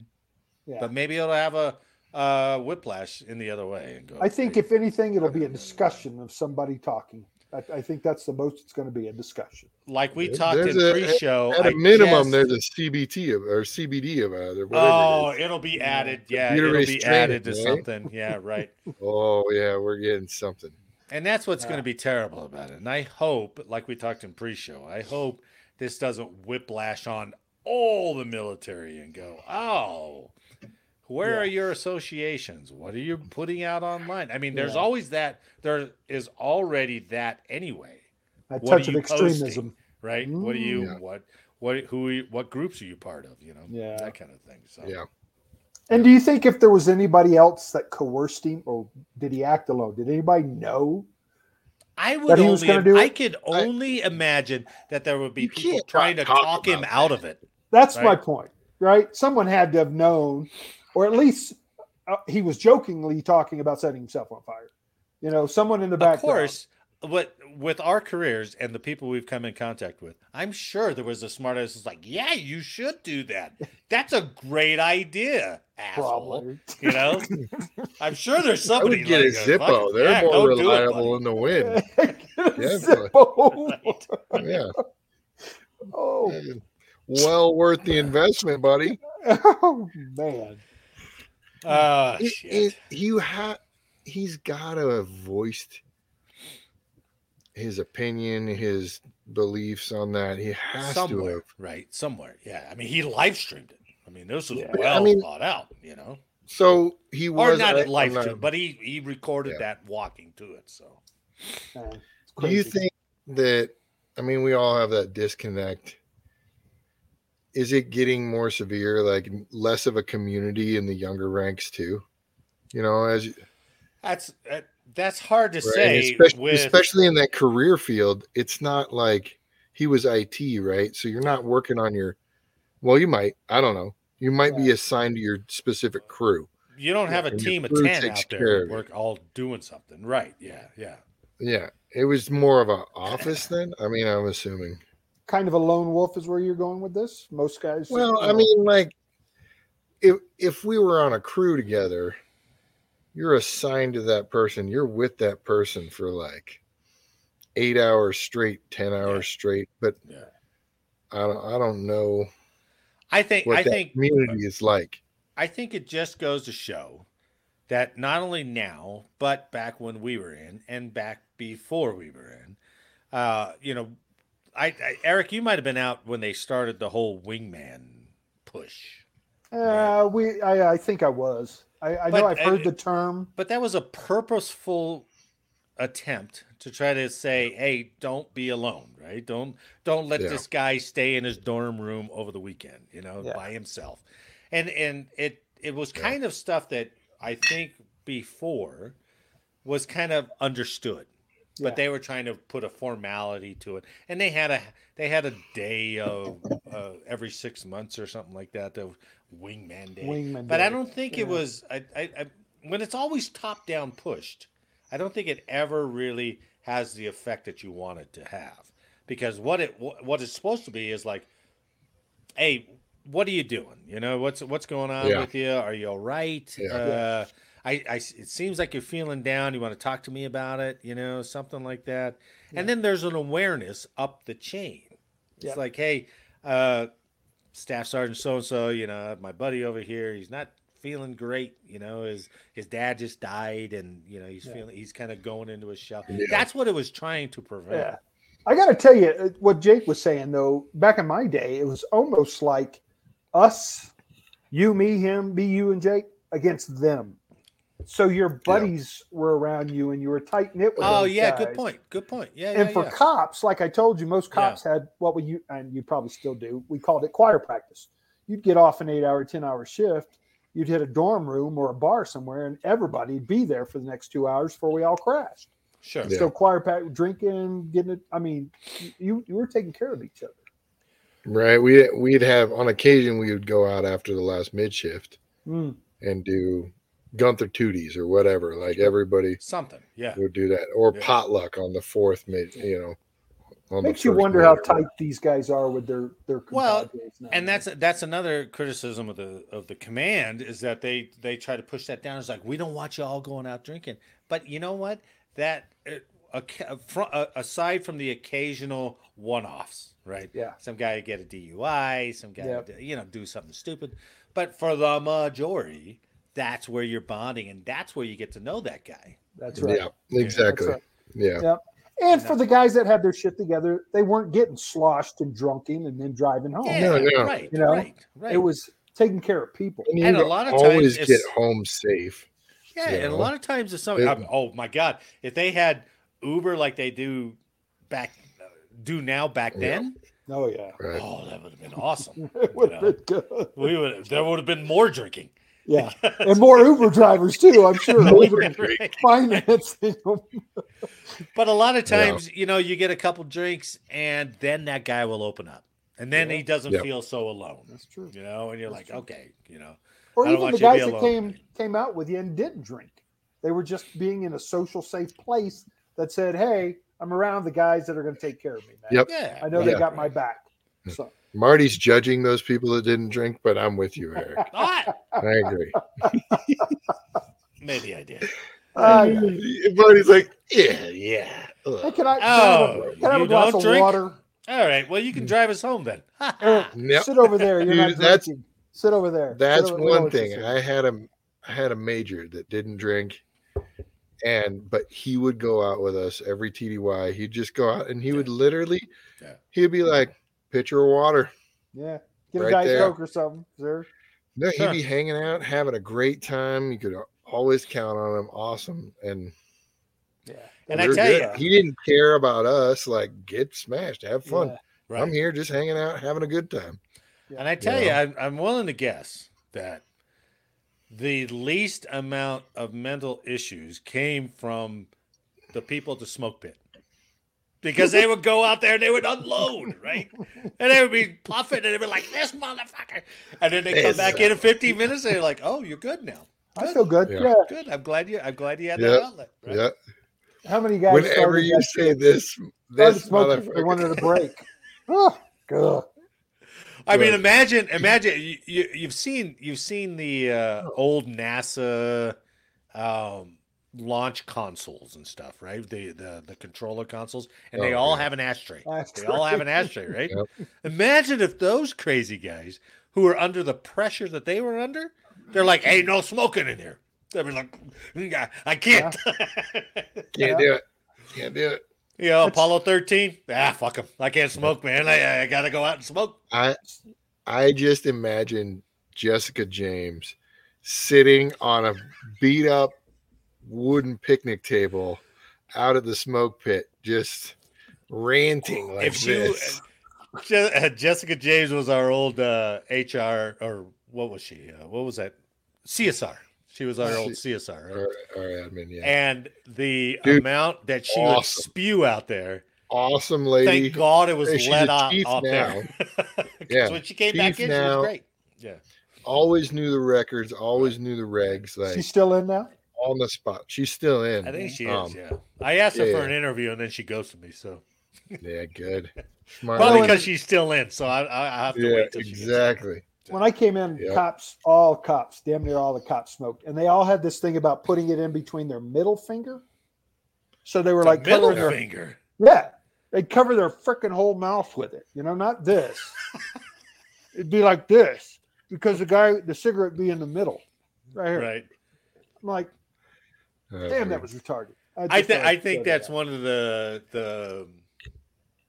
[SPEAKER 3] Yeah.
[SPEAKER 2] but maybe it'll have a uh, whiplash in the other way. And go,
[SPEAKER 3] I think if anything, it'll be a discussion of somebody talking. I, I think that's the most it's going to be a discussion.
[SPEAKER 2] like we
[SPEAKER 4] There-
[SPEAKER 2] talked in
[SPEAKER 4] there's a-
[SPEAKER 2] pre-show,
[SPEAKER 4] at a
[SPEAKER 2] I
[SPEAKER 4] minimum,
[SPEAKER 2] guess-
[SPEAKER 4] there's a CBT of, or CBD of it, or whatever.
[SPEAKER 2] Oh,
[SPEAKER 4] it is.
[SPEAKER 2] it'll be
[SPEAKER 3] Yeah.
[SPEAKER 2] added. Yeah,
[SPEAKER 4] Computer
[SPEAKER 2] it'll be
[SPEAKER 4] restraint,
[SPEAKER 2] added to
[SPEAKER 4] right?
[SPEAKER 2] something. Yeah, right.
[SPEAKER 4] oh yeah, we're getting something.
[SPEAKER 2] And that's what's going
[SPEAKER 3] Yeah.
[SPEAKER 2] to be terrible about it. And I hope, like we talked in pre-show, I hope this doesn't whiplash on all the military and go, oh, where
[SPEAKER 3] Yeah.
[SPEAKER 2] are your associations? What are you putting out online? I mean, there's
[SPEAKER 3] Yeah.
[SPEAKER 2] always that. There is already that anyway,
[SPEAKER 3] A
[SPEAKER 2] What are
[SPEAKER 3] touch of
[SPEAKER 2] you
[SPEAKER 3] extremism.
[SPEAKER 2] right? What do you
[SPEAKER 4] Mm. Yeah.
[SPEAKER 2] what what who are you- what groups are you part of? You know,
[SPEAKER 3] Yeah.
[SPEAKER 2] that kind of thing. So
[SPEAKER 4] Yeah.
[SPEAKER 3] And do you think if there was anybody else that coerced him, or did he act alone? Did anybody know?
[SPEAKER 2] I would
[SPEAKER 3] That he was
[SPEAKER 2] only
[SPEAKER 3] gonna do
[SPEAKER 2] I
[SPEAKER 3] it?
[SPEAKER 2] could only imagine that there would be
[SPEAKER 4] You
[SPEAKER 2] people
[SPEAKER 4] can't
[SPEAKER 2] trying to
[SPEAKER 4] not talk
[SPEAKER 2] talk him
[SPEAKER 4] about
[SPEAKER 2] out of it.
[SPEAKER 3] That's my
[SPEAKER 2] Right.
[SPEAKER 3] point, right? Someone had to have known, or at least uh, he was jokingly talking about setting himself on fire. You know, someone in the back.
[SPEAKER 2] of course what with our careers and the people we've come in contact with i'm sure there was a smart ass who's like yeah you should do that that's a great idea asshole.
[SPEAKER 3] probably.
[SPEAKER 2] you know i'm sure there's
[SPEAKER 4] I
[SPEAKER 2] somebody
[SPEAKER 4] would get a
[SPEAKER 2] like that. Fuck
[SPEAKER 4] Zippo.
[SPEAKER 2] it.
[SPEAKER 4] They're
[SPEAKER 2] Yeah,
[SPEAKER 4] more
[SPEAKER 2] go do it,
[SPEAKER 4] reliable
[SPEAKER 2] buddy.
[SPEAKER 4] in the wind. Yeah,
[SPEAKER 3] Zippo.
[SPEAKER 4] Yeah.
[SPEAKER 3] oh,
[SPEAKER 4] Well worth the investment, buddy.
[SPEAKER 3] oh, man.
[SPEAKER 2] Ah,
[SPEAKER 4] It-
[SPEAKER 2] shit.
[SPEAKER 4] it- you have he's gotta have voiced his opinion, his beliefs on that. He has to
[SPEAKER 2] somewhere
[SPEAKER 4] have.
[SPEAKER 2] right somewhere yeah i mean he live streamed it i mean this was
[SPEAKER 3] Yeah.
[SPEAKER 2] well
[SPEAKER 4] I mean-
[SPEAKER 2] thought out you know
[SPEAKER 4] So he was
[SPEAKER 2] or not
[SPEAKER 4] a-
[SPEAKER 2] at life,
[SPEAKER 4] alive.
[SPEAKER 2] too, but he he recorded
[SPEAKER 4] Yeah.
[SPEAKER 2] that walking to it. So
[SPEAKER 3] Man, it's
[SPEAKER 4] Do you
[SPEAKER 3] crazy.
[SPEAKER 4] think that? I mean, we all have that disconnect. Is it getting more severe, like less of a community in the younger ranks too? You know, as you-
[SPEAKER 2] that's uh, that's hard to
[SPEAKER 4] right? And
[SPEAKER 2] say.
[SPEAKER 4] especially,
[SPEAKER 2] with,
[SPEAKER 4] especially in that career field, it's not like he was IT, right? So you're not working on your. Well, you might. I don't know. You might be
[SPEAKER 3] Right.
[SPEAKER 4] assigned to your specific crew.
[SPEAKER 2] you don't have a
[SPEAKER 4] and your
[SPEAKER 2] team of
[SPEAKER 4] crew
[SPEAKER 2] ten
[SPEAKER 4] takes
[SPEAKER 2] out
[SPEAKER 4] care
[SPEAKER 2] there
[SPEAKER 4] of it.
[SPEAKER 2] work all doing something. Right? Yeah, yeah.
[SPEAKER 4] Yeah, it was more of a office then. I mean, I'm assuming.
[SPEAKER 3] kind of a lone wolf is where you're going with this? Most guys.
[SPEAKER 4] Well,
[SPEAKER 3] you
[SPEAKER 4] I
[SPEAKER 3] know,
[SPEAKER 4] mean, like, if if we were on a crew together, you're assigned to that person. You're with that person for like eight hours straight, ten hours straight. But
[SPEAKER 2] Yeah.
[SPEAKER 4] I don't, I don't know
[SPEAKER 2] I think
[SPEAKER 4] what
[SPEAKER 2] I
[SPEAKER 4] that
[SPEAKER 2] think
[SPEAKER 4] community is like.
[SPEAKER 2] I think it just goes to show that not only now, but back when we were in and back before we were in, uh, you know, I, I Eric, you might have been out when they started the whole wingman push,
[SPEAKER 3] uh, we. I, I think I was. I, I
[SPEAKER 2] But,
[SPEAKER 3] know I've heard
[SPEAKER 2] uh,
[SPEAKER 3] the term.
[SPEAKER 2] but that was a purposeful attempt to try to say, hey, don't be alone, right? Don't don't let
[SPEAKER 4] Yeah.
[SPEAKER 2] this guy stay in his dorm room over the weekend, you know,
[SPEAKER 3] Yeah.
[SPEAKER 2] by himself. And and it it was
[SPEAKER 4] Yeah.
[SPEAKER 2] kind of stuff that I think before was kind of understood. But
[SPEAKER 3] Yeah.
[SPEAKER 2] they were trying to put a formality to it, and they had a they had a day of uh, every six months or something like that, the wingman day.
[SPEAKER 3] Wingman.
[SPEAKER 2] But
[SPEAKER 3] did
[SPEAKER 2] I
[SPEAKER 3] it.
[SPEAKER 2] don't think
[SPEAKER 3] Yeah.
[SPEAKER 2] it was. I, I, I when it's always top down pushed, I don't think it ever really has the effect that you want it to have. Because what it wh- what it's supposed to be is like, hey, what are you doing? You know what's what's going on
[SPEAKER 4] Yeah.
[SPEAKER 2] with you? Are you all right?
[SPEAKER 4] Yeah.
[SPEAKER 2] Uh, I, I s- it seems like you're feeling down. You want to talk to me about it? You know something like that.
[SPEAKER 3] Yeah.
[SPEAKER 2] And then there's an awareness up the chain. It's
[SPEAKER 3] Yeah.
[SPEAKER 2] like, hey, uh, staff sergeant so and so, you know, my buddy over here, he's not feeling great. You know, his his dad just died, and you know he's
[SPEAKER 3] Yeah.
[SPEAKER 2] feeling he's kind of going into a shell.
[SPEAKER 4] Yeah.
[SPEAKER 2] That's what it was trying to prevent.
[SPEAKER 3] Yeah. I got to tell you uh, what Jake was saying though. Back in my day, it was almost like us, you, me, him, be you and Jake against them. So your buddies were around you, and you were tight knit with.
[SPEAKER 2] Oh
[SPEAKER 3] those
[SPEAKER 2] yeah,
[SPEAKER 3] guys.
[SPEAKER 2] good point. Good point. Yeah,
[SPEAKER 3] And
[SPEAKER 2] yeah,
[SPEAKER 3] for
[SPEAKER 2] yeah.
[SPEAKER 3] cops, like I told you, most
[SPEAKER 2] Yeah.
[SPEAKER 3] cops had what we you and you probably still do. We called it choir practice. You'd get off an eight-hour, ten-hour shift. You'd hit a dorm room or a bar somewhere, and everybody'd be there for the next two hours before we all crashed.
[SPEAKER 2] sure.
[SPEAKER 4] Yeah.
[SPEAKER 3] So choir pack drinking, getting it. I mean, you you were taking care of each other.
[SPEAKER 4] Right. We we'd have on occasion we would go out after the last mid shift
[SPEAKER 2] Mm.
[SPEAKER 4] and do Gunther Tooties or whatever. Like everybody
[SPEAKER 2] Something. Yeah.
[SPEAKER 4] would do that, or
[SPEAKER 2] Yeah.
[SPEAKER 4] potluck on the fourth mid. You know, on the
[SPEAKER 3] Makes you
[SPEAKER 4] first
[SPEAKER 3] wonder how
[SPEAKER 4] mid-
[SPEAKER 3] tight these guys are with their their
[SPEAKER 2] Well,
[SPEAKER 3] compadres now.
[SPEAKER 2] and that's that's another criticism of the of the command is that they they try to push that down. It's like we don't want you all going out drinking. But you know what? That uh, ac- fro- uh, aside from the occasional one-offs, right?
[SPEAKER 3] Yeah.
[SPEAKER 2] Some guy get a DUI, some guy
[SPEAKER 3] Yep.
[SPEAKER 2] d- you know do something stupid. But for the majority, that's where you're bonding, and that's where you get to know that guy.
[SPEAKER 3] that's right.
[SPEAKER 4] Yeah, exactly.
[SPEAKER 3] right.
[SPEAKER 4] Yeah.
[SPEAKER 3] And for the guys that had their shit together, they weren't getting sloshed and drunking and then driving home.
[SPEAKER 2] Yeah,
[SPEAKER 4] No, no.
[SPEAKER 2] right,
[SPEAKER 3] Oh, You know,
[SPEAKER 2] right, right.
[SPEAKER 3] It was taking care of people.
[SPEAKER 4] And you
[SPEAKER 2] And a
[SPEAKER 4] would
[SPEAKER 2] lot of
[SPEAKER 4] always
[SPEAKER 2] times
[SPEAKER 4] get
[SPEAKER 2] it's-
[SPEAKER 4] home safe.
[SPEAKER 2] Yeah,
[SPEAKER 4] you
[SPEAKER 2] and a
[SPEAKER 4] know?
[SPEAKER 2] lot of times if some
[SPEAKER 4] It-
[SPEAKER 2] um, oh my god, if they had Uber like they do back uh, do now back
[SPEAKER 4] Yeah.
[SPEAKER 2] then,
[SPEAKER 3] Oh yeah,
[SPEAKER 4] Right.
[SPEAKER 2] oh that would have been awesome.
[SPEAKER 3] it would have been good.
[SPEAKER 2] we would there would have been more drinking.
[SPEAKER 3] Yeah, and more Uber drivers too. I'm sure.
[SPEAKER 4] More
[SPEAKER 3] Uber
[SPEAKER 4] drink.
[SPEAKER 3] financing them.
[SPEAKER 2] But a lot of
[SPEAKER 4] Yeah.
[SPEAKER 2] times, you know, you get a couple drinks and then that guy will open up. And then
[SPEAKER 3] Yeah.
[SPEAKER 2] he doesn't
[SPEAKER 4] Yeah.
[SPEAKER 2] feel so alone.
[SPEAKER 3] That's true.
[SPEAKER 2] You know, and you're
[SPEAKER 3] That's
[SPEAKER 2] like,
[SPEAKER 3] true.
[SPEAKER 2] okay, you know.
[SPEAKER 3] Or
[SPEAKER 2] I don't
[SPEAKER 3] even
[SPEAKER 2] want
[SPEAKER 3] the
[SPEAKER 2] you to be
[SPEAKER 3] guys that
[SPEAKER 2] alone.
[SPEAKER 3] came came out with you and didn't drink. They were just being in a social safe place that said, "Hey, I'm around the guys that are going to take care of me, man.
[SPEAKER 4] Yep.
[SPEAKER 2] Yeah.
[SPEAKER 3] I know
[SPEAKER 2] right,
[SPEAKER 3] they got my
[SPEAKER 2] right.
[SPEAKER 3] back." So
[SPEAKER 4] Marty's judging those people that didn't drink, but I'm with you, Eric.
[SPEAKER 2] Ah,
[SPEAKER 4] I agree.
[SPEAKER 2] maybe I did.
[SPEAKER 3] uh,
[SPEAKER 4] Marty's like, yeah, yeah.
[SPEAKER 3] hey,
[SPEAKER 4] ugh.
[SPEAKER 3] can I, can I have
[SPEAKER 2] Oh,
[SPEAKER 3] a, can I have a
[SPEAKER 2] you
[SPEAKER 3] glass
[SPEAKER 2] don't
[SPEAKER 3] of
[SPEAKER 2] drink?
[SPEAKER 3] water?
[SPEAKER 2] All right. Well, you
[SPEAKER 4] Hmm.
[SPEAKER 2] can drive us home then.
[SPEAKER 3] Eric,
[SPEAKER 4] Yep.
[SPEAKER 3] sit over there. You're not
[SPEAKER 4] Dude, that's-
[SPEAKER 3] drinking. Sit over there. Sit
[SPEAKER 4] That's
[SPEAKER 3] over-
[SPEAKER 4] one
[SPEAKER 3] no, it's just
[SPEAKER 4] thing.
[SPEAKER 3] a-
[SPEAKER 4] I had a I had a major that didn't drink, and but he would go out with us every TDY. He'd just go out and he would literally,
[SPEAKER 2] Yeah.
[SPEAKER 4] he'd be like, pitcher of water.
[SPEAKER 3] yeah, give
[SPEAKER 4] right
[SPEAKER 3] a diet
[SPEAKER 4] there.
[SPEAKER 3] coke or something, sir.
[SPEAKER 4] No, he'd
[SPEAKER 2] Sure.
[SPEAKER 4] be hanging out, having a great time. You could always count on him. Awesome. And
[SPEAKER 3] Yeah.
[SPEAKER 2] And I
[SPEAKER 4] we're
[SPEAKER 2] tell
[SPEAKER 4] good.
[SPEAKER 2] you-
[SPEAKER 4] he didn't care about us. Like, get smashed, have fun.
[SPEAKER 3] Yeah.
[SPEAKER 2] Right.
[SPEAKER 4] I'm here just hanging out, having a good time.
[SPEAKER 2] And I tell
[SPEAKER 4] know?
[SPEAKER 2] you, I'm, I'm willing to guess that the least amount of mental issues came from the people at the smoke pit because they would go out there and they would unload, right? And they would be puffing and they were like, this motherfucker. And then they come
[SPEAKER 4] This
[SPEAKER 2] back in in 15 minutes and they're like, oh, you're good now.
[SPEAKER 3] I feel good.
[SPEAKER 4] Yeah.
[SPEAKER 3] Yeah.
[SPEAKER 2] Good. I'm glad you, I'm glad you had
[SPEAKER 4] Yeah.
[SPEAKER 2] that outlet. Right?
[SPEAKER 4] Yeah.
[SPEAKER 3] How many guys?
[SPEAKER 4] Whenever
[SPEAKER 3] started
[SPEAKER 4] you
[SPEAKER 3] that
[SPEAKER 4] say
[SPEAKER 3] shit?
[SPEAKER 4] this,
[SPEAKER 3] Started
[SPEAKER 4] this
[SPEAKER 3] smoking, they
[SPEAKER 4] motherfucker.
[SPEAKER 3] wanted a break. oh, God.
[SPEAKER 2] I mean,
[SPEAKER 4] Right.
[SPEAKER 2] imagine, imagine you, you, you've seen you've seen the uh,
[SPEAKER 4] Oh.
[SPEAKER 2] old NASA um, launch consoles and stuff, right? The the, the controller consoles, and they
[SPEAKER 4] Oh,
[SPEAKER 2] all
[SPEAKER 4] yeah.
[SPEAKER 2] have an ashtray. They
[SPEAKER 3] Ashtray.
[SPEAKER 2] all have an ashtray, right? Imagine if those crazy guys who are under the pressure that they were under, they're like, "Hey, no smoking in here." They'd be like, "I- "I can't."
[SPEAKER 4] Can't do it. Can't do it.
[SPEAKER 2] you know, Apollo thirteen. Ah, fuck them. I can't smoke, man. I, I gotta go out and smoke.
[SPEAKER 4] I I just imagine Jessica James sitting on a beat up wooden picnic table out of the smoke pit, just ranting like
[SPEAKER 2] if you
[SPEAKER 4] this.
[SPEAKER 2] Je- uh, Jessica James was our old uh, HR or what was she? Uh, what was that? CSR. She was our old CSR, right?
[SPEAKER 4] Or, or admin, yeah.
[SPEAKER 2] and the
[SPEAKER 4] Dude,
[SPEAKER 2] amount that she would
[SPEAKER 4] awesome.
[SPEAKER 2] spew out there.
[SPEAKER 4] awesome
[SPEAKER 2] Thank
[SPEAKER 4] lady.
[SPEAKER 2] God it was
[SPEAKER 4] Hey, she's
[SPEAKER 2] let
[SPEAKER 4] a
[SPEAKER 2] out
[SPEAKER 4] chief
[SPEAKER 2] off there. 'Cause
[SPEAKER 4] Yeah,
[SPEAKER 2] when she came back
[SPEAKER 4] chief
[SPEAKER 2] in, she
[SPEAKER 4] now.
[SPEAKER 2] was great. Yeah,
[SPEAKER 4] Always knew the records, always knew the regs, like
[SPEAKER 3] She's still in now?
[SPEAKER 4] on the spot. She's still in.
[SPEAKER 2] I think she
[SPEAKER 4] Um,
[SPEAKER 2] is. Yeah, I asked her for
[SPEAKER 4] yeah.
[SPEAKER 2] an interview and then she ghosted me. So
[SPEAKER 4] Yeah, good.
[SPEAKER 2] probably
[SPEAKER 4] Smart.
[SPEAKER 2] because she's still in. So I, I, I have to
[SPEAKER 4] yeah,
[SPEAKER 2] wait till she gets back.
[SPEAKER 4] exactly.
[SPEAKER 3] When I came in,
[SPEAKER 4] Yeah.
[SPEAKER 3] cops, all cops, damn near all the cops smoked. And they all had this thing about putting it in between their middle finger. So they were
[SPEAKER 2] The
[SPEAKER 3] like
[SPEAKER 2] middle
[SPEAKER 3] covering their
[SPEAKER 2] finger.
[SPEAKER 3] Yeah. They'd cover their freaking whole mouth with it. You know, not this. It'd be like this because the guy, the cigarette be in the middle. Right here.
[SPEAKER 2] Right.
[SPEAKER 3] I'm like,
[SPEAKER 4] Uh,
[SPEAKER 3] damn, that was retarded.
[SPEAKER 2] I,
[SPEAKER 3] just
[SPEAKER 2] th-
[SPEAKER 3] wanted
[SPEAKER 2] I think
[SPEAKER 3] to throw that
[SPEAKER 2] that's
[SPEAKER 3] out.
[SPEAKER 2] one of the the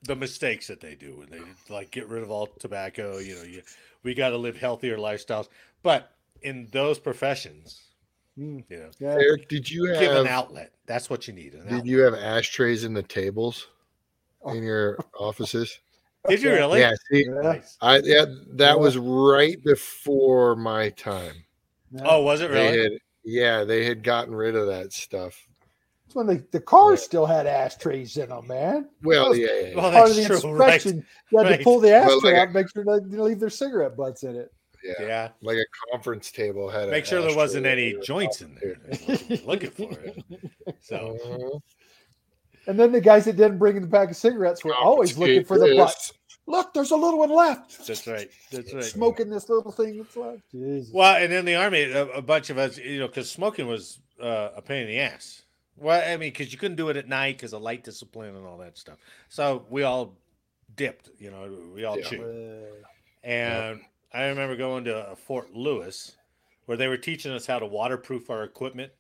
[SPEAKER 2] the mistakes that they do when they like get rid of all tobacco. You know, you, we got to live healthier lifestyles. But in those professions,
[SPEAKER 3] Mm,
[SPEAKER 2] you know,
[SPEAKER 3] yeah.
[SPEAKER 4] Eric, did you
[SPEAKER 2] give an
[SPEAKER 4] have
[SPEAKER 2] outlet. That's what you need. an outlet.
[SPEAKER 4] Did you have ashtrays in the tables
[SPEAKER 3] Oh.
[SPEAKER 4] in your offices?
[SPEAKER 2] Did you really?
[SPEAKER 4] Yeah, Uh, see,
[SPEAKER 3] Yeah,
[SPEAKER 2] Nice.
[SPEAKER 4] I yeah,
[SPEAKER 3] Yeah.
[SPEAKER 4] that was right before my time.
[SPEAKER 3] yeah.
[SPEAKER 2] Oh, was it
[SPEAKER 4] They
[SPEAKER 2] really?
[SPEAKER 4] had, yeah, they had gotten rid of that stuff.
[SPEAKER 3] That's when the, the cars still had ashtrays in them, man.
[SPEAKER 4] Well,
[SPEAKER 3] was
[SPEAKER 4] yeah, yeah,
[SPEAKER 2] Well,
[SPEAKER 4] yeah,
[SPEAKER 2] that's
[SPEAKER 3] Part of the
[SPEAKER 2] true, right,
[SPEAKER 3] inspection, you had
[SPEAKER 2] right.
[SPEAKER 3] to pull the
[SPEAKER 4] But
[SPEAKER 3] ashtray
[SPEAKER 4] like
[SPEAKER 3] out
[SPEAKER 4] I-
[SPEAKER 3] and make sure they didn't leave their cigarette butts in it.
[SPEAKER 4] yeah.
[SPEAKER 2] Yeah.
[SPEAKER 4] Like a conference table had. an
[SPEAKER 2] Make sure there wasn't
[SPEAKER 4] ashtray
[SPEAKER 2] any
[SPEAKER 4] or
[SPEAKER 2] joints in there. That's what you're Looking for it. So
[SPEAKER 4] something.
[SPEAKER 3] And then the guys that didn't bring in the pack of cigarettes
[SPEAKER 4] Oh,
[SPEAKER 3] were always looking for the
[SPEAKER 4] Confiscate
[SPEAKER 3] butt.
[SPEAKER 4] this.
[SPEAKER 3] Look, there's a little one left.
[SPEAKER 2] that's right. That's right.
[SPEAKER 3] Smoking this little thing that's left. Jesus.
[SPEAKER 2] Well, and in the army, a, a bunch of us, you know, because smoking was uh, a pain in the ass. Well, I mean, because you couldn't do it at night because of light discipline and all that stuff. So we all dipped, you know, we all
[SPEAKER 4] Yeah.
[SPEAKER 2] chewed.
[SPEAKER 3] Uh,
[SPEAKER 2] And I remember going to uh, Fort Lewis where they were teaching us how to waterproof our equipment.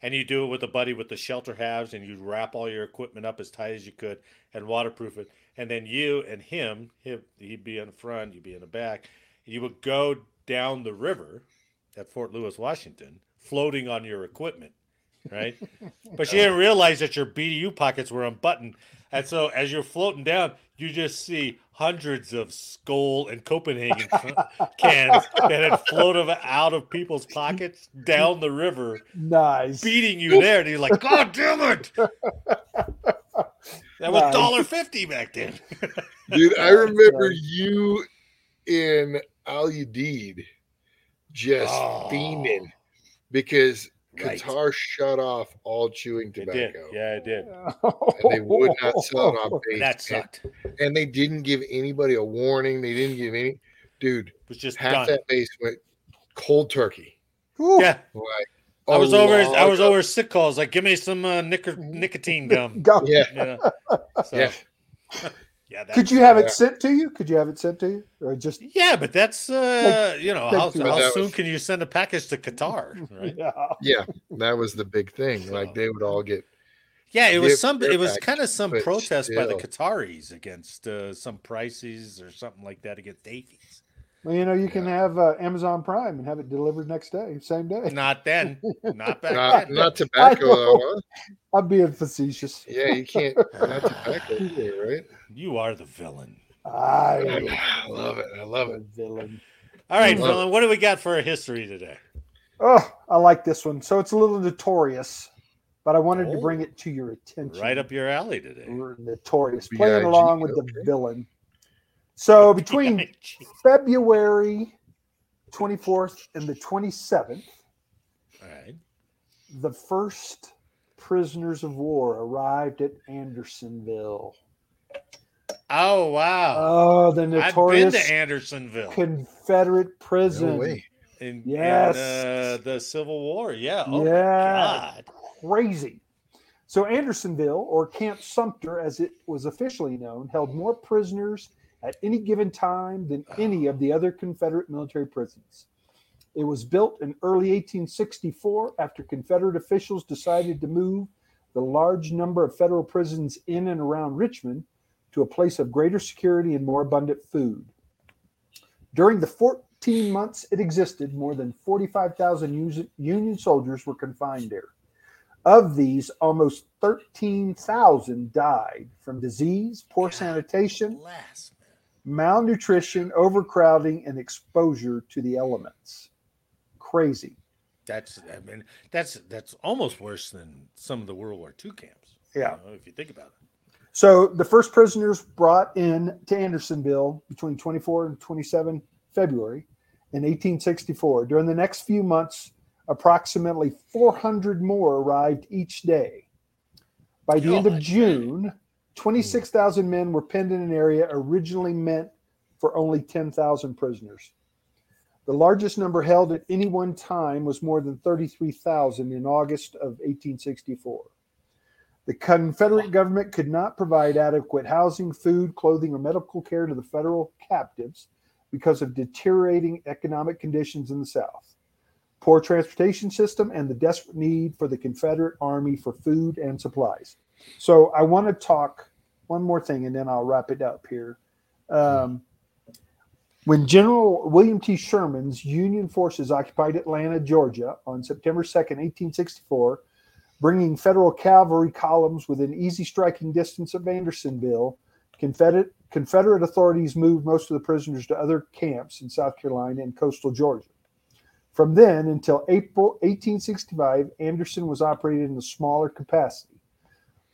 [SPEAKER 2] And you do it with a buddy with the shelter halves, and you wrap all your equipment up as tight as you could and waterproof it. And then you and him, him he'd be in front, you'd be in the back. You would go down the river at Fort Lewis, Washington, floating on your equipment, right? but you didn't realize that your BDU pockets were unbuttoned. And so as you're floating down, you just see hundreds of Skoll and Copenhagen ca- cans that had floated out of people's pockets down the river,
[SPEAKER 3] Nice.
[SPEAKER 2] beating you there. And you're like, God damn it! That was
[SPEAKER 3] Nice.
[SPEAKER 2] dollar fifty back then.
[SPEAKER 4] Dude, I
[SPEAKER 3] That's
[SPEAKER 4] remember
[SPEAKER 3] nice.
[SPEAKER 4] you in Al Udeed just
[SPEAKER 2] Oh.
[SPEAKER 4] fiending because
[SPEAKER 2] Right.
[SPEAKER 4] Qatar shut off all chewing
[SPEAKER 2] It did.
[SPEAKER 4] tobacco.
[SPEAKER 2] Yeah, it did.
[SPEAKER 4] And they would not sell it on base.
[SPEAKER 2] And that sucked. It
[SPEAKER 4] And, and they didn't give anybody a warning. They didn't give any dude,
[SPEAKER 2] was just
[SPEAKER 4] half
[SPEAKER 2] done.
[SPEAKER 4] that base went cold turkey.
[SPEAKER 3] Whew.
[SPEAKER 2] Yeah,
[SPEAKER 4] Like
[SPEAKER 2] I
[SPEAKER 4] a
[SPEAKER 2] was over. I
[SPEAKER 4] log
[SPEAKER 2] was
[SPEAKER 4] of-
[SPEAKER 2] over sick calls. Like, give me some uh, nicker, nicotine gum.
[SPEAKER 3] Go.
[SPEAKER 4] Yeah,
[SPEAKER 2] You know? So,
[SPEAKER 4] yeah.
[SPEAKER 2] yeah. That,
[SPEAKER 3] Could you have
[SPEAKER 4] Yeah.
[SPEAKER 3] it sent to you? Could you have it sent to you? Or just
[SPEAKER 2] yeah, but that's uh, you know, how,
[SPEAKER 3] thank you.
[SPEAKER 4] But
[SPEAKER 2] how
[SPEAKER 4] that
[SPEAKER 2] soon
[SPEAKER 4] was-
[SPEAKER 2] can you send a package to Qatar? Right?
[SPEAKER 3] yeah.
[SPEAKER 4] Yeah. That was the big thing.
[SPEAKER 2] So-
[SPEAKER 4] Like they would all get
[SPEAKER 2] Yeah, it
[SPEAKER 4] Yeah,
[SPEAKER 2] was some. It
[SPEAKER 4] they're
[SPEAKER 2] was
[SPEAKER 4] back,
[SPEAKER 2] kind of some
[SPEAKER 4] but
[SPEAKER 2] protest by the
[SPEAKER 4] still.
[SPEAKER 2] Qataris against uh, some prices or something like that against Davies.
[SPEAKER 3] Well, you know, you can have uh, Amazon Prime and have it delivered next day, same day.
[SPEAKER 2] Not then. Not back
[SPEAKER 4] Not,
[SPEAKER 2] then.
[SPEAKER 4] not tobacco, though. Huh?
[SPEAKER 3] I'm being facetious.
[SPEAKER 4] Yeah, you can't. Not tobacco, either, right?
[SPEAKER 2] You are the villain.
[SPEAKER 3] I am
[SPEAKER 4] I love it. I love
[SPEAKER 3] a
[SPEAKER 4] it.
[SPEAKER 3] villain.
[SPEAKER 2] All right,
[SPEAKER 4] Well-
[SPEAKER 2] villain. What do we got for a history today?
[SPEAKER 3] Oh, I like this one. So it's a little notorious, but I wanted to bring
[SPEAKER 2] Oh.
[SPEAKER 3] it to your attention.
[SPEAKER 2] Right up your alley today.
[SPEAKER 3] We're notorious.
[SPEAKER 4] B.I.G.,
[SPEAKER 3] Playing along with the
[SPEAKER 4] okay.
[SPEAKER 3] villain.
[SPEAKER 4] oh,
[SPEAKER 3] So between February 24th and the 27th,
[SPEAKER 2] All right.
[SPEAKER 3] the first prisoners of war arrived at Andersonville.
[SPEAKER 2] Oh wow.
[SPEAKER 3] Oh, the
[SPEAKER 4] Uh,
[SPEAKER 2] I've been
[SPEAKER 3] notorious
[SPEAKER 2] to Andersonville
[SPEAKER 3] Confederate prison.
[SPEAKER 4] No way.
[SPEAKER 2] in,
[SPEAKER 3] Yes.
[SPEAKER 2] in uh, the Civil War. Yeah. Oh
[SPEAKER 3] Yeah.
[SPEAKER 2] my God.
[SPEAKER 3] Crazy. So Andersonville, or Camp Sumter as it was officially known, held more prisoners at any given time than any of the other Confederate military prisons. It was built in early 1864 after Confederate officials decided to move the large number of federal prisons in and around Richmond to a place of greater security and more abundant food. During the 14 months it existed, more than 45,000 Us- Union soldiers were confined there. Of these, almost 13,000 died from disease, poor sanitation,
[SPEAKER 2] Bless, man.
[SPEAKER 3] malnutrition, overcrowding, and exposure to the elements. Crazy.
[SPEAKER 2] That's I mean that's that's almost worse than some of the World War II camps.
[SPEAKER 3] Yeah.
[SPEAKER 2] You know, if you think about it.
[SPEAKER 3] So the first prisoners brought in to Andersonville between 24 and 27 February in 1864. During the next few months, approximately 400 more arrived each day. By the end
[SPEAKER 2] Oh, my
[SPEAKER 3] of June, 26,000 men were penned in an area originally meant for only 10,000 prisoners. The largest number held at any one time was more than 33,000 in August of 1864. The Confederate government could not provide adequate housing, food, clothing, or medical care to the federal captives because of deteriorating economic conditions in the South, poor transportation system, and the desperate need for the Confederate Army for food and supplies. So I want to talk one more thing, and then I'll wrap it up here. Um, when General William T. Sherman's Union forces occupied Atlanta, Georgia, on September 2nd, 1864, bringing federal cavalry columns within easy striking distance of Andersonville, Confederate, Confederate authorities moved most of the prisoners to other camps in South Carolina and coastal Georgia. From then until April 1865, Anderson was operated in a smaller capacity.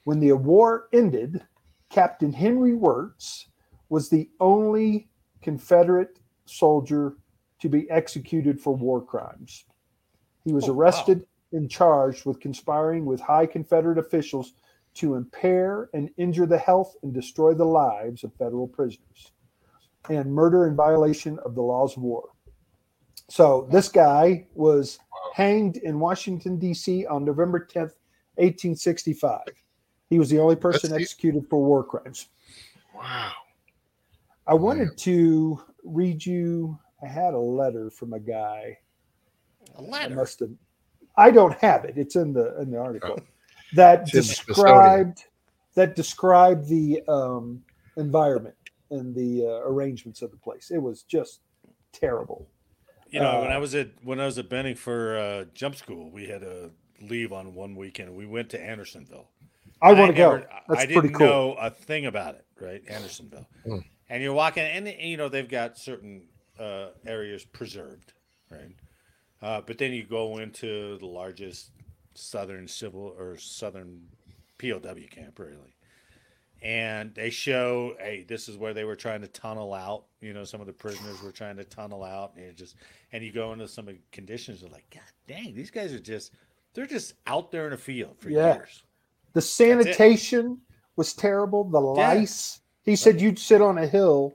[SPEAKER 3] When the war ended, Captain Henry Wirtz was the only Confederate soldier to be executed for war crimes. He was
[SPEAKER 2] Oh, wow.
[SPEAKER 3] arrested and charged with conspiring with high Confederate officials to impair and injure the health and destroy the lives of federal prisoners and murder in violation of the laws of war. So this guy was hanged in Washington, D.C. on November 10th, 1865. He was the only person
[SPEAKER 4] That's-
[SPEAKER 3] executed for war crimes.
[SPEAKER 4] Wow.
[SPEAKER 3] I
[SPEAKER 4] Mm-hmm.
[SPEAKER 3] wanted to read you, I had a letter from a guy
[SPEAKER 2] A
[SPEAKER 3] I
[SPEAKER 2] ladder.
[SPEAKER 3] must have. I don't have it. It's in the in the article that
[SPEAKER 4] Oh. It's in the Smithsonian.
[SPEAKER 3] described that described the um, environment and the uh, arrangements of the place. It was just terrible.
[SPEAKER 2] You know,
[SPEAKER 3] Uh,
[SPEAKER 2] when I was at when I was at Benning for uh, jump school, we had to leave on one weekend. We went to Andersonville.
[SPEAKER 3] I want to go.
[SPEAKER 2] never-
[SPEAKER 3] That's
[SPEAKER 2] I
[SPEAKER 3] pretty
[SPEAKER 2] didn't
[SPEAKER 3] cool.
[SPEAKER 2] know a thing about it, right? Andersonville.
[SPEAKER 4] Hmm.
[SPEAKER 2] And you're walking, and, and, you know they've got certain uh, areas preserved, right? Uh, but then you go into the largest southern civil or southern POW camp, really. And they show, hey, this is where they were trying to tunnel out. You know, some of the prisoners were trying to tunnel out, and it just and you go into some of the conditions. You're like, God dang, these guys are just they're just out there in a field for
[SPEAKER 3] Yeah.
[SPEAKER 2] years.
[SPEAKER 3] The sanitation was terrible. The lice. He said you'd sit on a hill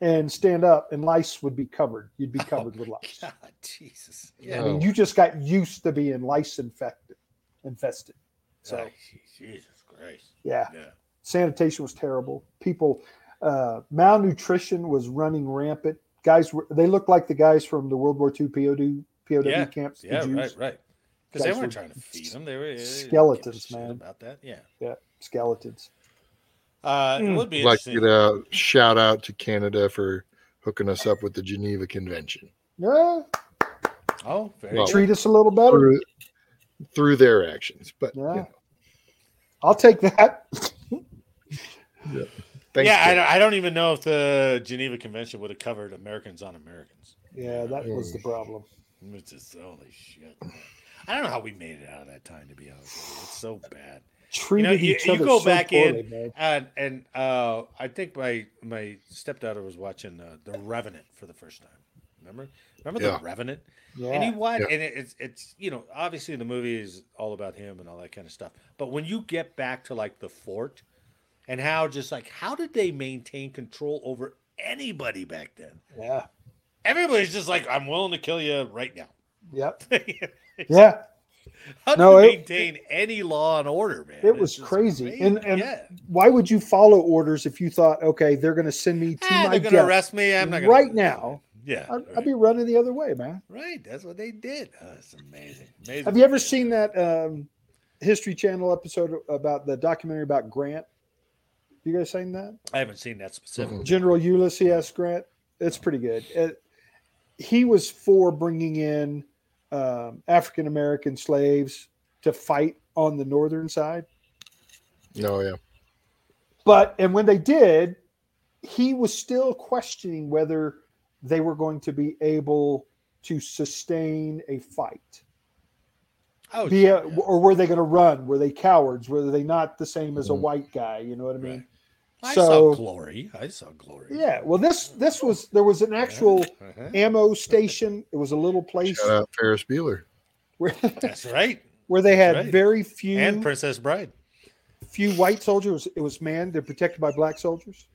[SPEAKER 3] and stand up, and lice would be covered. You'd be covered with lice.
[SPEAKER 2] Oh God, Jesus.
[SPEAKER 3] I
[SPEAKER 4] Oh.
[SPEAKER 3] mean, you just got used to being lice infected, infested. So Uh,
[SPEAKER 2] Oh, Jesus Christ.
[SPEAKER 3] yeah.
[SPEAKER 2] Yeah.
[SPEAKER 3] sanitation was terrible. People, uh, malnutrition was running rampant. Guys, were, they looked like the guys from the World War II POW, POW
[SPEAKER 2] Yeah,
[SPEAKER 3] camps. the
[SPEAKER 2] Yeah,
[SPEAKER 3] Jews.
[SPEAKER 2] right, right. Because
[SPEAKER 3] Guys
[SPEAKER 2] they
[SPEAKER 3] were
[SPEAKER 2] weren't trying to feed them. They were they didn't give a
[SPEAKER 3] skeletons,
[SPEAKER 2] shit
[SPEAKER 3] man.
[SPEAKER 2] About that, yeah. Hmm.
[SPEAKER 3] Yeah, skeletons.
[SPEAKER 2] Uh, It
[SPEAKER 3] Mm.
[SPEAKER 2] would be
[SPEAKER 4] I'd like to
[SPEAKER 2] interesting.
[SPEAKER 4] get a shout out to Canada for hooking us up with the Geneva Convention
[SPEAKER 3] Yeah,
[SPEAKER 2] Oh, very
[SPEAKER 4] Well,
[SPEAKER 2] good.
[SPEAKER 3] treat us a little better.
[SPEAKER 4] through, through their actions. But you
[SPEAKER 3] Yeah.
[SPEAKER 4] know,
[SPEAKER 3] I'll take that.
[SPEAKER 4] thanks
[SPEAKER 2] yeah, I
[SPEAKER 4] to-
[SPEAKER 2] don't, I don't even know if the Geneva Convention would have covered Americans on Americans.
[SPEAKER 3] Yeah, that was the problem.
[SPEAKER 2] It's just holy shit. man. I don't know how we made it out of that time. To be honest, with you. it's so bad.
[SPEAKER 3] Treated
[SPEAKER 2] you-
[SPEAKER 3] each
[SPEAKER 2] you
[SPEAKER 3] other
[SPEAKER 2] go
[SPEAKER 3] so
[SPEAKER 2] back in-
[SPEAKER 3] poorly, man.
[SPEAKER 2] And and uh, I think my my stepdaughter was watching uh, the Revenant for the first time. Remember, remember
[SPEAKER 4] Yeah.
[SPEAKER 2] the Revenant? And he
[SPEAKER 3] Yeah,
[SPEAKER 2] what?
[SPEAKER 4] Yeah.
[SPEAKER 2] And it, it's it's you know obviously the movie is all about him and all that kind of stuff. But when you get back to like the fort, and how just like how did they maintain control over anybody back then?
[SPEAKER 3] yeah,
[SPEAKER 2] Everybody's just like I'm willing to kill you right now.
[SPEAKER 3] yep,
[SPEAKER 2] how
[SPEAKER 3] yeah.
[SPEAKER 2] do you
[SPEAKER 3] No, it-
[SPEAKER 2] maintain any law and order, man?
[SPEAKER 3] it
[SPEAKER 2] It's
[SPEAKER 3] was
[SPEAKER 2] just
[SPEAKER 3] crazy.
[SPEAKER 2] amazing.
[SPEAKER 3] And- and-
[SPEAKER 2] yeah.
[SPEAKER 3] Why would you follow orders if you thought, okay, they're going to send me to
[SPEAKER 2] Ah,
[SPEAKER 3] my
[SPEAKER 2] they're gonna
[SPEAKER 3] death?
[SPEAKER 2] arrest me. I'm not gonna
[SPEAKER 3] right
[SPEAKER 2] do this.
[SPEAKER 3] now?
[SPEAKER 2] Yeah,
[SPEAKER 3] I'd,
[SPEAKER 2] right.
[SPEAKER 3] I'd be running the other way, man.
[SPEAKER 2] Right, that's what they did. Oh, that's amazing. amazing.
[SPEAKER 3] Have you ever seen that um, History Channel episode about the documentary about Grant? You guys seen that?
[SPEAKER 2] I haven't seen that specifically.
[SPEAKER 3] General Ulysses S. Grant. It's pretty good. It- he was for bringing in um, African American slaves to fight on the northern side,
[SPEAKER 4] No, yeah.
[SPEAKER 3] but and when they did, he was still questioning whether they were going to be able to sustain a fight.
[SPEAKER 2] Oh,
[SPEAKER 3] be a,
[SPEAKER 2] shit, yeah.
[SPEAKER 3] or were they going to run? Were they cowards? Were they not the same as a
[SPEAKER 2] Mm-hmm.
[SPEAKER 4] Mhm.
[SPEAKER 3] white guy? You know what I mean?
[SPEAKER 2] I saw
[SPEAKER 3] so-
[SPEAKER 2] glory. I saw glory.
[SPEAKER 3] Yeah. Well, this this was there was an actual
[SPEAKER 2] Uh-huh.
[SPEAKER 3] ammo station. It was a little place
[SPEAKER 4] Shout out Ferris Bueller.
[SPEAKER 3] where,
[SPEAKER 2] That's right.
[SPEAKER 3] where they had
[SPEAKER 2] Right.
[SPEAKER 3] very few
[SPEAKER 2] And Princess Bride.
[SPEAKER 3] few white soldiers. It was manned. They're protected by black soldiers.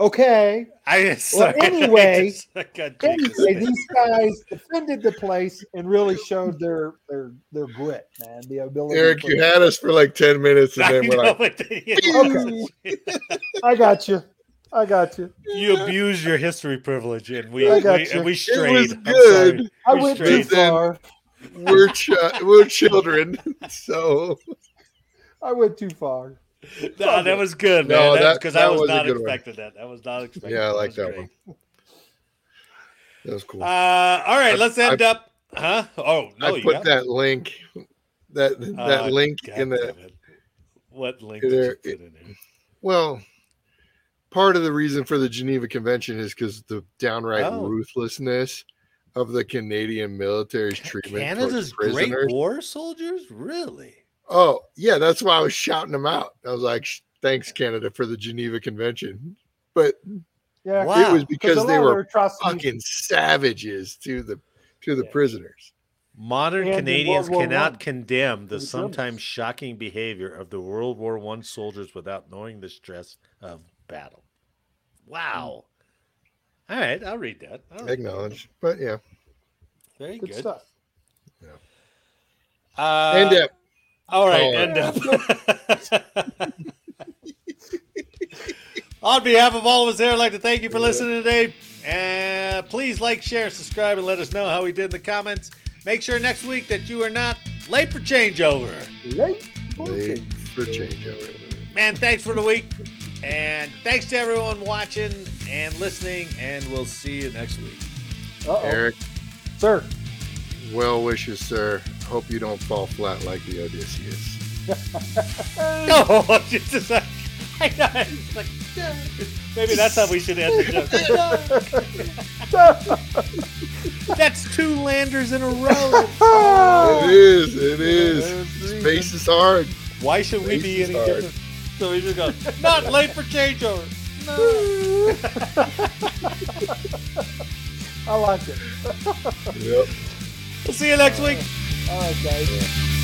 [SPEAKER 3] Okay.
[SPEAKER 2] I sorry, I
[SPEAKER 3] anyway,
[SPEAKER 2] just- I got
[SPEAKER 3] Anyway,
[SPEAKER 2] jiggy.
[SPEAKER 3] these guys defended the place and really showed their their their grit, man. The ability.
[SPEAKER 4] Eric,
[SPEAKER 3] for-
[SPEAKER 4] you had us for like 10 minutes and
[SPEAKER 2] I
[SPEAKER 4] then we're
[SPEAKER 2] know,
[SPEAKER 4] like,
[SPEAKER 2] but then you-
[SPEAKER 3] Okay. I got you. I got you.
[SPEAKER 2] you abuse your history privilege, and we
[SPEAKER 3] I
[SPEAKER 2] we,
[SPEAKER 3] got you.
[SPEAKER 2] and we strayed.
[SPEAKER 4] was
[SPEAKER 2] I'm
[SPEAKER 4] good.
[SPEAKER 2] sorry.
[SPEAKER 3] I
[SPEAKER 2] We
[SPEAKER 3] went too
[SPEAKER 2] strayed.
[SPEAKER 4] Then-
[SPEAKER 3] far.
[SPEAKER 4] we're, chi- we're children. So,
[SPEAKER 3] I went too far.
[SPEAKER 2] No, that was good, man.
[SPEAKER 4] No,
[SPEAKER 2] That's
[SPEAKER 4] that-
[SPEAKER 2] because I
[SPEAKER 4] that
[SPEAKER 2] was,
[SPEAKER 4] was a
[SPEAKER 2] not
[SPEAKER 4] good one.
[SPEAKER 2] expecting that. That was not expected.
[SPEAKER 4] Yeah, I like
[SPEAKER 2] was
[SPEAKER 4] that
[SPEAKER 2] great.
[SPEAKER 4] one. that was cool.
[SPEAKER 2] Uh, all right, let's end up. Huh? Oh no,
[SPEAKER 4] I
[SPEAKER 2] you
[SPEAKER 4] put
[SPEAKER 2] got-
[SPEAKER 4] that link, that that
[SPEAKER 2] Uh,
[SPEAKER 4] link
[SPEAKER 2] God
[SPEAKER 4] in the,
[SPEAKER 2] damn it. What link
[SPEAKER 4] in
[SPEAKER 2] did you
[SPEAKER 4] there-
[SPEAKER 2] put in there?
[SPEAKER 4] well, part of the reason for the Geneva Convention is because the downright
[SPEAKER 2] Oh.
[SPEAKER 4] ruthlessness of the Canadian military's treatment
[SPEAKER 2] Canada's
[SPEAKER 4] Canada's
[SPEAKER 2] great
[SPEAKER 4] prisoners.
[SPEAKER 2] war soldiers, really?
[SPEAKER 4] Oh, yeah, that's why I was shouting them out. I was like, "Sh- thanks, Canada, for the Geneva Convention. But
[SPEAKER 3] Yeah.
[SPEAKER 2] Wow.
[SPEAKER 4] it
[SPEAKER 3] 'cause
[SPEAKER 4] was
[SPEAKER 3] a
[SPEAKER 4] because
[SPEAKER 3] lot
[SPEAKER 4] they
[SPEAKER 3] of
[SPEAKER 4] were
[SPEAKER 3] their atrocities-
[SPEAKER 4] fucking savages to the to the
[SPEAKER 3] Yeah.
[SPEAKER 4] prisoners.
[SPEAKER 2] Modern
[SPEAKER 3] And in
[SPEAKER 2] Canadians
[SPEAKER 3] World War
[SPEAKER 2] cannot
[SPEAKER 3] One, Oh,
[SPEAKER 2] condemn the
[SPEAKER 3] the Germans.
[SPEAKER 2] sometimes shocking behavior of the World War One soldiers without knowing the stress of battle. Wow.
[SPEAKER 3] Mm.
[SPEAKER 2] All right, I'll read that. I'll read that.
[SPEAKER 4] Acknowledged, but yeah,
[SPEAKER 2] Very
[SPEAKER 3] good,
[SPEAKER 2] good.
[SPEAKER 3] stuff.
[SPEAKER 2] Uh,
[SPEAKER 4] and uh,
[SPEAKER 2] All right,
[SPEAKER 4] Oh.
[SPEAKER 2] end up. On behalf of all of us here, I'd like to thank you for listening today. And please like, share, subscribe, and let us know how we did in the comments. Make sure next week that you are not late for changeover.
[SPEAKER 3] Late
[SPEAKER 4] they,
[SPEAKER 3] booking.
[SPEAKER 4] for changeover.
[SPEAKER 2] Man, thanks for the week. And thanks to everyone watching and listening. And we'll see you next week.
[SPEAKER 3] Uh-oh.
[SPEAKER 4] Eric,
[SPEAKER 3] Sir.
[SPEAKER 4] well wishes, sir. Hope you don't fall flat like the Odysseus.
[SPEAKER 2] No, it's just like, Oh, I know, it's like, yeah. maybe that's how we should end the joke. That's two landers in a row.
[SPEAKER 4] It is, it is. Space is hard.
[SPEAKER 2] Why should we be
[SPEAKER 4] Space
[SPEAKER 2] any
[SPEAKER 4] is hard.
[SPEAKER 2] different? So we just go, not late for changeover. No.
[SPEAKER 3] I like it.
[SPEAKER 4] Yep.
[SPEAKER 2] We'll see you next week.
[SPEAKER 3] All right, guys.